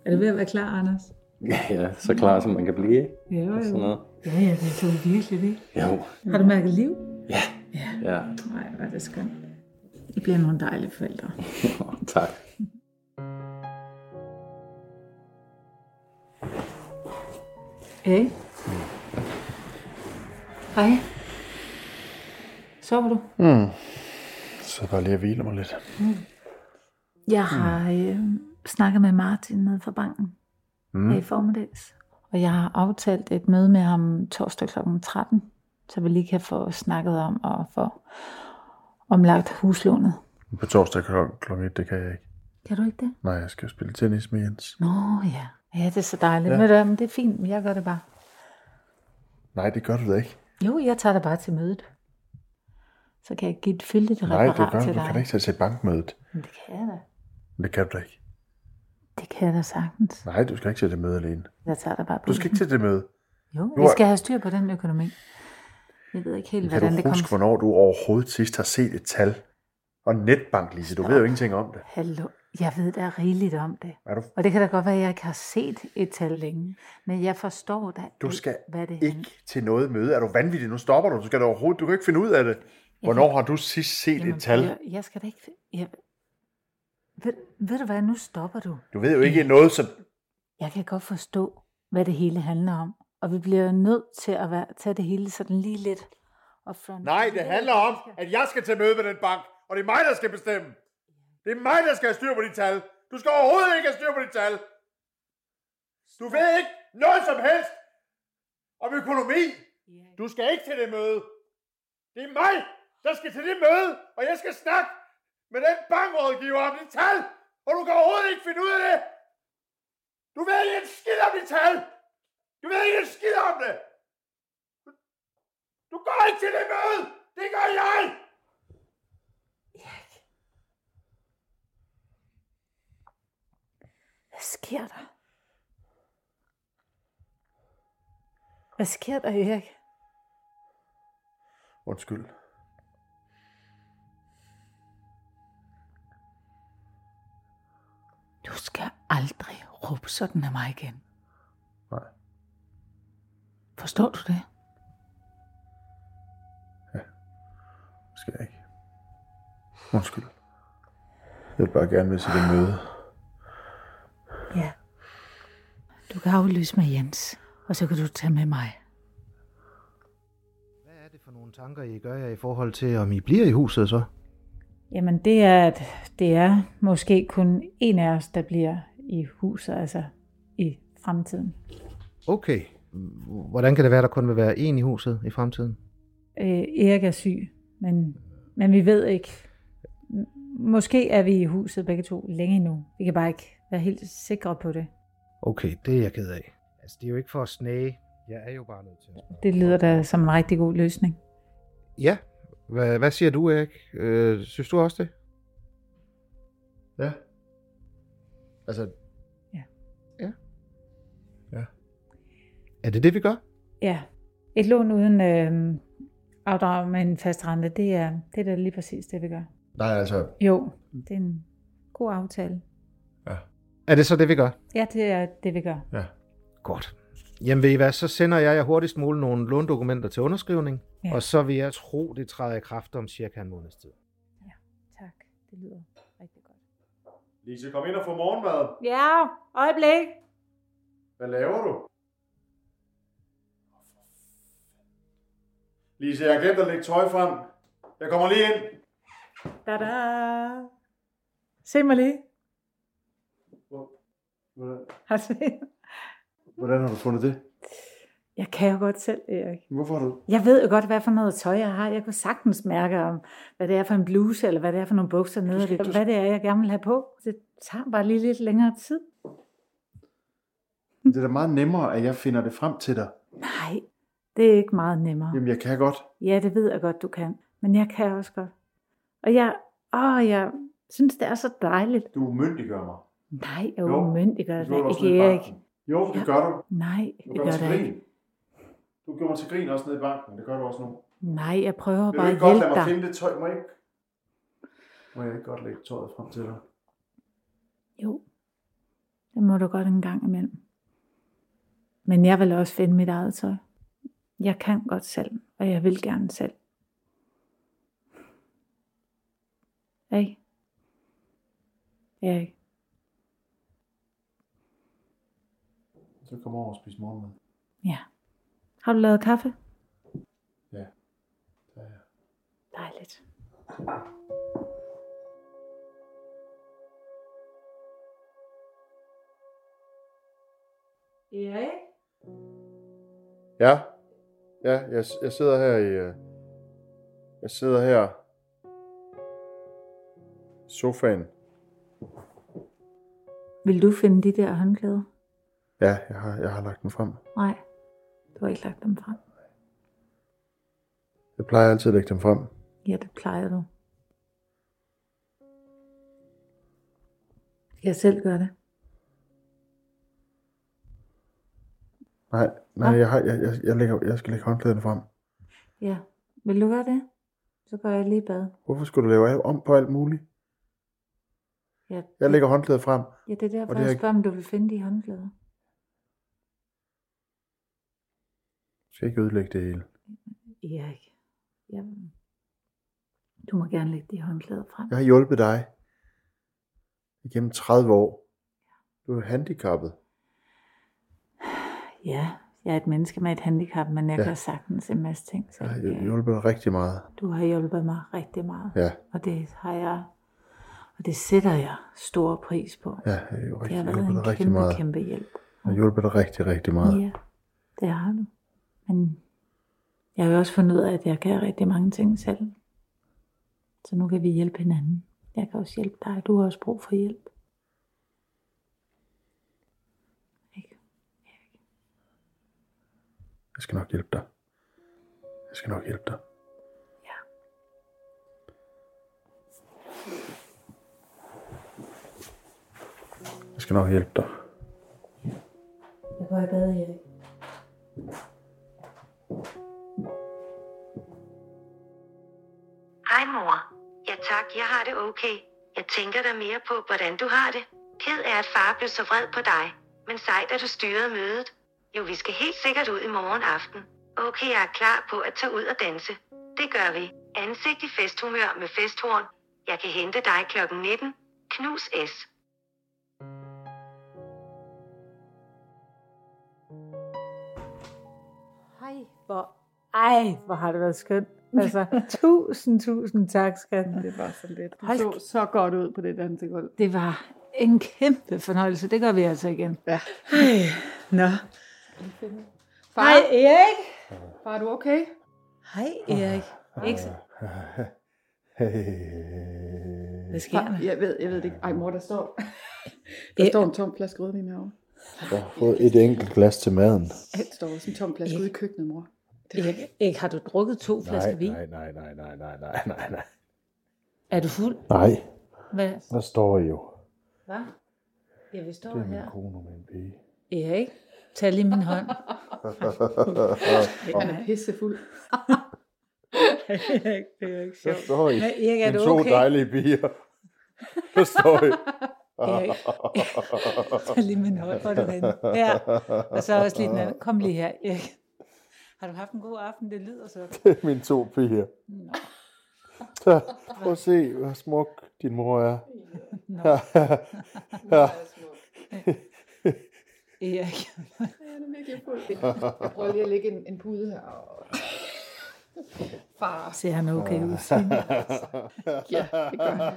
B: Er det ved at være klar, Anders?
F: *laughs* ja, så klar som man kan blive. ikke?
B: Ja, jo,
F: Og sådan
B: jo.
F: noget.
B: Ja, ja, det tog virkelig det.
F: Jo.
B: Har du mærket liv?
F: Ja,
B: Nej, hvor er det skønt. I bliver nogle dejlige forældre.
F: tak.
B: Hey. Hej. Sover du?
D: Mm. Så bare lige at hvile mig lidt.
B: Jeg
D: Mm.
B: har øh, snakket med Martin nede fra banken mm. her i formiddags. Og jeg har aftalt et møde med ham torsdag kl. 13, så vi lige kan få snakket om og få omlagt huslånet.
D: På torsdag kl- klokken 1, det kan jeg ikke.
B: Kan du ikke det?
D: Nej, jeg skal jo spille tennis med Jens.
B: Nå ja. Ja, det er så dejligt.
D: Ja.
B: Ja. Men, øh, men det er fint, men jeg gør det bare.
D: Nej, det gør du da ikke.
B: Jo, jeg tager det bare til mødet. Så kan jeg give et fyldigt
D: Nej,
B: referat
D: det gør du.
B: til dig.
D: Du kan da ikke tage til bankmødet.
B: Men det kan jeg da.
D: Men det kan du da ikke.
B: Det kan jeg da sagtens.
D: Nej, du skal ikke til det møde alene.
B: Jeg tager det bare på.
D: Du skal ikke til det møde.
B: Jo,
D: Nu
B: vi
D: er-
B: skal have styr på den økonomi. Jeg ved ikke helt,
D: Kan
B: hvordan
D: du
B: det
D: huske,
B: kommer.
D: hvornår du overhovedet sidst har set et tal? Og netbank, Lise, du ved jo ingenting om det.
B: Hallo, jeg ved da rigeligt om det.
D: Er du?
B: Og det kan da godt være, at jeg ikke har set et tal længe. Men jeg forstår da
D: Du
B: ikke,
D: skal
B: hvad det er.
D: ikke til noget møde. Er du vanvittig? Nu stopper du. Du skal da overhovedet. Du kan ikke finde ud af det. Hvornår har du sidst set et tal?
B: Jeg, jeg skal da ikke... Jeg, ved, ved du hvad, nu stopper du.
D: Du ved jo ikke noget, som...
B: Jeg kan godt forstå, hvad det hele handler om. Og vi bliver jo nødt til at være, tage det hele sådan lige lidt up front.
D: Nej, det handler om, at jeg skal til møde med den bank. Og det er mig, der skal bestemme. Det er mig, der skal have styr på de tal. Du skal overhovedet ikke have styr på de tal. Du ved ikke noget som helst om økonomi. Du skal ikke til det møde. Det er mig, der skal til det møde, og jeg skal snakke med den bankrådgiver om de tal. Og du kan overhovedet ikke finde ud af det. Du ved ikke en skid om de tal. Du ved ikke en skid om det. Du går ikke til det møde. Det gør jeg.
B: Hvad sker der? Hvad sker der, Erik?
D: Undskyld.
B: Du skal aldrig råbe sådan af mig igen.
D: Nej.
B: Forstår du det?
D: skal jeg ikke. Undskyld. Jeg vil bare gerne med til det møde.
B: Ja. Du kan aflyse med Jens, og så kan du tage med mig.
L: Nogle tanker, I gør jer i forhold til, om I bliver i huset så?
C: Jamen det er, at det er måske kun en af os, der bliver i huset, altså i fremtiden.
L: Okay. Hvordan kan det være, der kun vil være en i huset i fremtiden?
C: Øh, Erik er syg, men, men vi ved ikke. M- Måske er vi i huset begge to længe endnu. Vi kan bare ikke være helt sikre på det.
L: Okay, det er jeg ked af. Altså, det er jo ikke for at snage. Jeg er jo bare nødt til at
C: Det lyder da som en rigtig god løsning.
L: Ja. Hvad, hvad siger du, Erik? Øh, synes du også det?
D: Ja. Altså...
C: Ja.
L: Ja.
D: Ja.
L: Er det det, vi gør?
C: Ja, et lån uden øh, afdrag med en fast rente, det er, det er da lige præcis det, vi gør.
D: Nej, altså...
C: Jo, det er en god aftale.
L: Er det så det, vi gør?
C: Ja, det er det, vi gør.
D: Ja.
L: Godt. Jamen ved I hvad, så sender jeg jer hurtigst muligt nogle låndokumenter til underskrivning,
C: Ja.
L: ja. og så vil jeg tro, det træder i kraft om cirka en måneds tid.
C: Tak, det lyder rigtig godt.
D: Lise, kom ind og få morgenmad.
C: Ja, øjeblik.
D: Hvad laver du? Lise, jeg har glemt at lægge tøj frem. Jeg kommer lige ind.
C: Da da. Se mig lige. Har du set?
D: Hvordan har du fundet det?
C: *laughs* Jeg kan jo godt selv, Erik.
D: Hvorfor har du...
C: Jeg ved jo godt, hvad for noget tøj jeg har. Jeg kunne sagtens mærke om, hvad det er for en bluse, eller hvad det er for nogle bukser nede,
D: skal-
C: eller hvad det er, jeg gerne vil have på. Det tager bare lige lidt længere tid.
D: Det er da meget nemmere, at jeg finder det frem til dig.
C: Nej, det er ikke meget nemmere.
D: Jamen, jeg kan godt.
C: Ja, det ved jeg godt, du kan. Men jeg kan også godt. Og jeg, åh, jeg synes, det er så dejligt.
D: Du umyndiggør mig.
C: Nej, jeg
D: Jo,
C: umyndiggør
D: det
C: det
D: gjorde
C: da
D: du også
C: ikke,
D: med
C: Erik.
D: banken. Jo, det gør du.
C: Nej,
D: Du
C: det
D: gør mig
C: gør
D: til
C: det ikke.
D: grin. Du gjorde mig til grin også nede i banken. Det gør du også nu.
C: Nej, jeg prøver
D: Vil du
C: bare
D: ikke
C: at
D: godt lade
C: hjælpe
D: mig
C: dig.
D: finde det tøj, må jeg ikke? Må jeg ikke godt lægge tøjet frem til dig?
B: Jo, det må du godt en gang imellem. Men jeg vil også finde mit eget tøj. Jeg kan godt selv, og jeg vil gerne selv. Hey. Erik.
D: Så kom over og spis morgenmad.
B: Ja. Har du lavet kaffe?
D: Ja. Ja,
B: Dejligt.
C: Ja,
D: Ja, ja jeg, jeg sidder her i... øh, Jeg sidder her... I sofaen.
B: Vil du finde de der håndklæder?
D: Ja, jeg har, jeg har lagt den frem.
B: Nej, du har ikke lagt dem frem.
D: Jeg plejer altid at lægge dem frem.
B: Ja, det plejer du. Jeg selv gør det.
D: Nej, nej, jeg, har, jeg, jeg, jeg, lægger, jeg skal lægge håndklæderne frem.
B: Ja. Vil du gøre det? Så går jeg lige i bad.
D: Hvorfor skulle du lave al- om på alt muligt?
B: Ja,
D: Jeg lægger håndklædet frem.
B: ja det er derfor,
D: og
B: det
D: det
B: jeg
D: har-
B: spørger, om du vil finde de håndklæder.
D: Jeg skal ikke ødelægge det hele.
B: Erik. Ja. Du må gerne lægge de håndklæder frem.
D: Jeg har hjulpet dig igennem 30 år. Du er handicappet.
B: Ja, jeg er et menneske med et handicap, men jeg ja.
D: Ja.
B: kan sagtens en masse ting. Så
D: Jeg har hjulpet dig rigtig meget.
B: du har hjulpet mig rigtig meget.
D: Ja.
B: Og det har jeg, og det sætter jeg stor pris på.
D: Ja, jeg har jo
B: det har
D: rigtig,
B: været
D: hjulpet dig
B: en
D: rigtig
B: kæmpe,
D: meget.
B: kæmpe hjælp.
D: Jeg har hjulpet dig rigtig, rigtig meget.
B: Ja, det har du. Men jeg har jo også fundet ud af, at jeg kan rigtig mange ting selv. Så nu kan vi hjælpe hinanden. Jeg kan også hjælpe dig. Du har også brug for hjælp.
D: Jeg skal nok hjælpe dig. Jeg skal nok hjælpe dig. Ja. Jeg skal nok hjælpe dig.
B: Jeg går i bad, Erik.
J: Hej mor. Ja tak, jeg har det okay. Jeg tænker dig mere på, hvordan du har det. Ked af, at far blev så vred på dig. Men sejt, at du styrede mødet. Jo, vi skal helt sikkert ud i morgen aften. Okay, jeg er klar på at tage ud og danse. Det gør vi. Ansigt i festhumør med festhorn. Jeg kan hente dig kl. 19. Knus S.
B: Hej, hvor... Ej, hvor har det været skønt. Altså, *laughs* tusind, tusind tak, skat.
I: Det var så lidt. Du
B: Hold
I: så så godt ud på det dansegulv.
B: Det var en kæmpe fornøjelse. Det gør vi altså igen.
I: Ja.
B: Hej. Nå.
I: Far?
B: Hej,
I: Erik! Far, er du okay?
B: Hej, Erik. Ikke så-
I: Hvad
B: sker der?
I: Jeg ved, jeg ved det ikke. Ej, mor, der *laughs* står, der står en tom flaske rødvin herovre.
D: Jeg har fået et enkelt glas til maden.
I: Der står også en tom flaske ude i køkkenet, mor.
B: Erik, Erik, har du drukket to flasker vin?
D: nej, nej, nej, nej, nej, nej, nej, nej.
B: Er du fuld?
D: Nej,
B: Hvad?
D: der står I jo.
B: Hvad? Ja, vi står
D: Det er min
B: her.
D: kone med en pige.
B: Erik, tag lige min hånd.
I: Han er pissefuld.
B: *laughs* Erik, det er ikke
D: Der står I.
B: Men Erik, er
D: Mine
B: du
D: to
B: okay?
D: dejlige piger. Der står I. *laughs*
B: Erik, tag lige min hånd. Hvor er du henne? Ja. Og så også lige den anden. Kom lige her, Erik. Har du haft en god aften? Det lyder så.
D: Det er mine to piger. Så, *laughs* prøv at se, hvor smuk din mor er.
B: Nå.
D: Ja. ja.
B: Erik.
I: Han er virkelig fuld. Jeg prøver lige at lægge en, en pude her. Og... Far.
B: Ser han okay ud?
I: Ja, det gør han.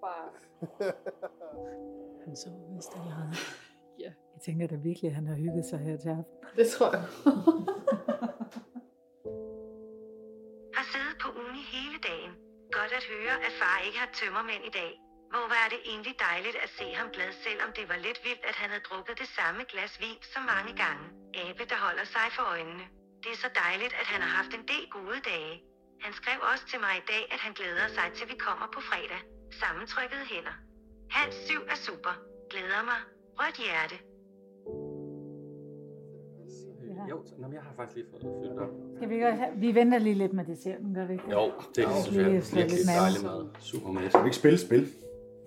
I: Far.
D: *laughs*
B: Han så vist allerede. Ja. Jeg tænker da virkelig, at han har hygget sig her til aften.
I: Det tror jeg.
J: Har siddet på uni hele dagen. Godt at høre, at far ikke har tømmermænd i dag. Hvor var det egentlig dejligt at se ham glad, selvom det var lidt vildt, at han havde drukket det samme glas vin så mange gange. Abe, der holder sig for øjnene. Det er så dejligt, at han har haft en del gode dage. Han skrev også til mig i dag, at han glæder sig til vi kommer på fredag. Sammentrykkede hænder. Halv syv er super. Glæder mig. Rødt hjerte.
B: Ja. her?
F: Jo, så, nå, men jeg har faktisk lige fået det fyldt op.
B: Skal vi, gøre, vi venter lige lidt med desserten, gør vi ikke?
F: Jo, det er
B: Lige
F: selvfølgelig
B: slå lidt
F: virkelig
B: mad.
F: dejlig mad. Super mad.
D: Skal vi ikke spille spil?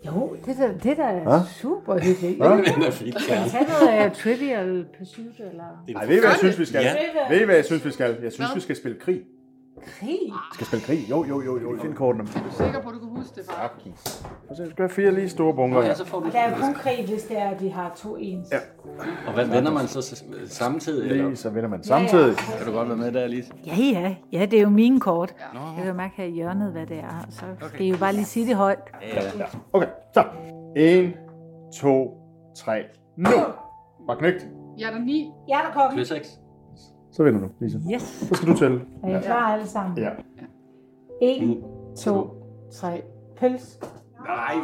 B: Jo, det er da, det er da
D: Hva?
B: super hyggeligt.
D: Hva?
F: *laughs* Den er
D: *laughs*
F: fint,
B: Kan
F: ja.
B: vi tage noget af Trivial Pursuit, eller
D: Nej, ved I, hvad jeg synes, vi skal?
F: Ja.
D: Ved I, hvad jeg synes, vi skal? Jeg synes,
I: Hvad?
D: vi skal spille krig.
B: krig?
D: Vi skal spille krig? Jo, jo, jo, jo. Find kortene.
I: Er du sikker på, at du kan huske det, far?
D: Og så skal jeg fire lige store bunker her.
B: Og der er kun krig, hvis det er, at de har to ens. Ja.
F: Og hvad vender man så s- samtidig? Eller?
D: Lige, så vender man
B: Ja, ja.
D: samtidig.
F: Kan du godt være med der, Elise?
B: Ja, ja. Ja, det er jo mine kort. Ja. Jeg kan jo mærke her i hjørnet, hvad det er. Så okay. skal I jo bare lige sige det højt.
F: Ja.
D: Okay, så. En, to, tre. Nu! Bare knægt.
I: Jeg er der ni.
B: Jeg er der kokken.
F: Plus 6.
D: Så vender du, Lisa.
B: Yes.
D: Så skal du tælle.
B: Er I Øh, klar alle sammen?
D: Ja.
B: 1, 2, 3. Pøls.
F: Nej,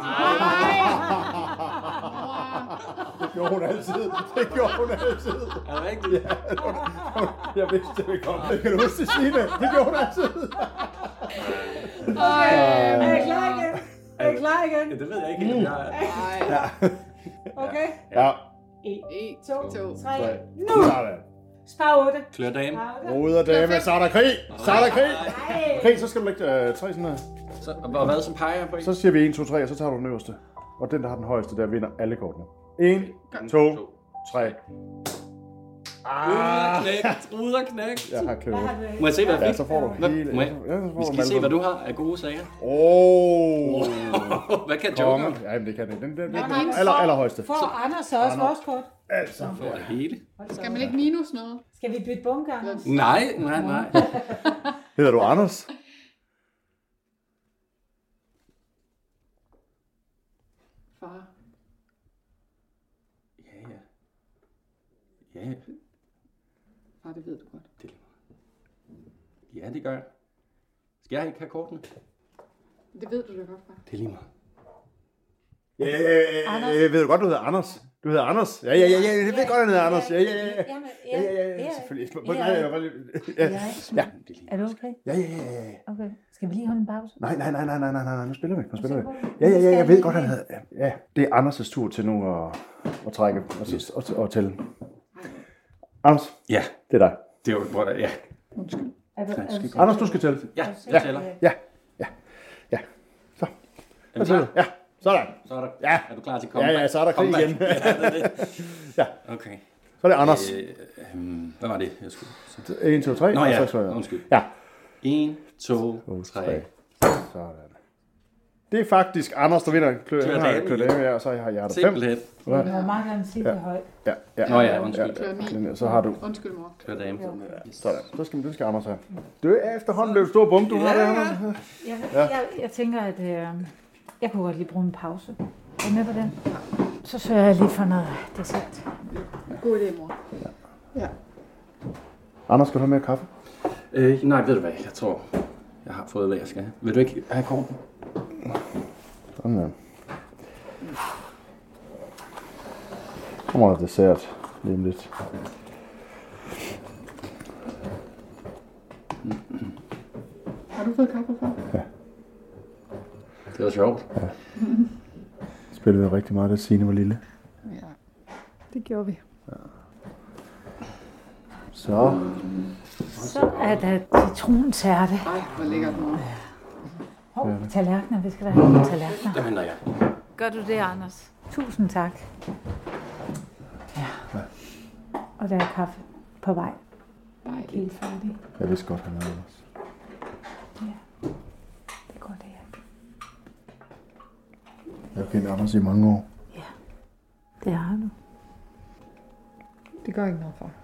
D: Det gjorde hun altid. Det gjorde hun altid.
F: er det rigtigt?
D: Jeg vidste, det ville komme. Det kan du huske, Signe. Det gjorde hun altid.
B: Er I klar igen? Er I klar igen?
F: Ja, det ved jeg ikke helt. Jeg...
B: Okay.
D: Ja.
B: 1, 2, 3.
D: Nu! Sådan.
B: Spar 8.
F: Klør dame.
D: Roder dame, så er der krig. Så er der krig. Krig, så skal du lægge øh, tre sådan her.
F: Så, og hvad så peger jeg på en?
D: Så siger vi 1, 2, 3, og så tager du den øverste. Og den, der har den højeste, der vinder alle kortene. 1, 2, 3.
F: Ruder knægt, ruder knægt.
D: Jeg har købt.
F: Må jeg se, hvad jeg
D: Ja,
F: fik?
D: så får du
F: Hvad,
D: hele...
F: må jeg,
D: ja, så får
F: vi
D: du
F: skal
D: dem
F: se, hvad
D: alle
F: du har af gode sager. *laughs*
D: sammen. Åh,
F: Hvad kan
D: konge.
F: *laughs* Joker?
D: Jamen, det kan det. Den, den, den,
I: nej,
D: den
I: men
D: aller,
I: så-
D: allerhøjeste.
B: Får Anders også vores kort?
D: Altså.
F: For det hele?
I: Skal man ikke minus noget?
B: Skal vi bytte bunker, Anders?
F: Nej, nej, nej.
D: Hedder du Anders?
I: Far.
F: Ja, ja. Ja, ja.
I: Far, det ved du godt.
F: Det er lige meget. Ja, det gør jeg. Skal jeg ikke have kortene?
I: Det ved du da godt, far.
F: Det er lige meget.
D: Ja, ja, ja, ja, jeg ved du godt, du hedder Anders. Du hedder Anders. Ja, ja, ja, ja. Jeg ved godt, han hedder Anders. Ja, ja, ja. ja.
B: Jamen,
D: Ja, ja, ja, ja, selvfølgelig. Må- nej, jeg var lige- Ja, ja,
F: Det er lige
B: Er du okay?
D: ja, ja, ja, ja.
B: Okay. Skal vi lige holde en pause?
D: Nej, nej, nej, nej, nej, nej, nej, nej, nu spiller vi, nu spiller vi.
B: Hvorfor?
D: Ja, ja, ja, jeg ved
B: Skal
D: godt,
B: vi-
D: han havde... ja, Ja, det er Anders' tur til nu at, at trække og, og, og tælle. Anders,
F: Ja,
D: det er dig.
F: det er jo prøv at- Ja,
B: Er du, er du sikker?
D: Anders, du skal tælle.
F: ja,
B: Ja.
F: jeg tæller.
D: Ja, ja, ja. Så.
F: Er
D: Så
F: du
D: tæller
F: klar?
D: du. Ja, sådan.
F: Så er der.
D: Ja.
F: Er du klar til
D: Ja,
F: comeback?
D: ja, så er der krig
F: Comeback.
D: igen.
F: Ja, det er det.
D: Ja.
F: Okay.
D: Så er det Anders.
F: Øh, øhm, hvad var det, jeg skulle?
D: 1, 2, 3.
F: Øh. Nå ja,
D: så,
F: undskyld.
D: Ja,
F: 1, 2,
D: tre.
F: 3.
D: sådan. Det er faktisk Anders, der vinder. Klø,
F: Klør
D: han har
F: dame.
D: klør dame, ja, og så har jeg der fem.
F: Simpelthen.
B: Jeg må meget gerne sige det højt.
D: Ja, ja.
F: Nå ja, undskyld.
I: Klør ni.
D: Den her, Så har du.
I: Undskyld, mor.
F: Klør dame.
D: Sådan. Så skal, den skal Anders have. Du er efterhånden løbet stor bunke, du har der. Anders.
B: Jeg, jeg, jeg tænker, at øh, jeg kunne godt lige bruge en pause. Er I med på den? Så sørger jeg lige for noget dessert.
I: God idé, mor.
D: Anders, skal du have mere kaffe?
F: Øh, nej, ved du hvad? Jeg tror, jeg har fået, hvad jeg skal have. Vil du ikke have korten?
D: Sådan der. Kommer der dessert lige om lidt.
I: Har du fået kaffe, far?
F: Det var sjovt.
D: Spillede jeg rigtig meget, da Signe var lille.
I: Ja. Det gjorde vi.
D: Så.
B: Så er der citrontærte.
I: Ej, hvor lækkert, mor.
B: Hov, tallerkener. Vi skal da have nogle tallerkener.
F: Der henter jeg.
B: Gør du det, Anders? Tusind tak. Ja. Og der er kaffe på vej.
I: Dejligt.
B: Helt færdig.
D: Jeg vidste godt, han havde Anders.
B: Det går det her.
D: Jeg har kendt Anders i mange år.
B: Det har du.
E: Det gør ikke noget, far.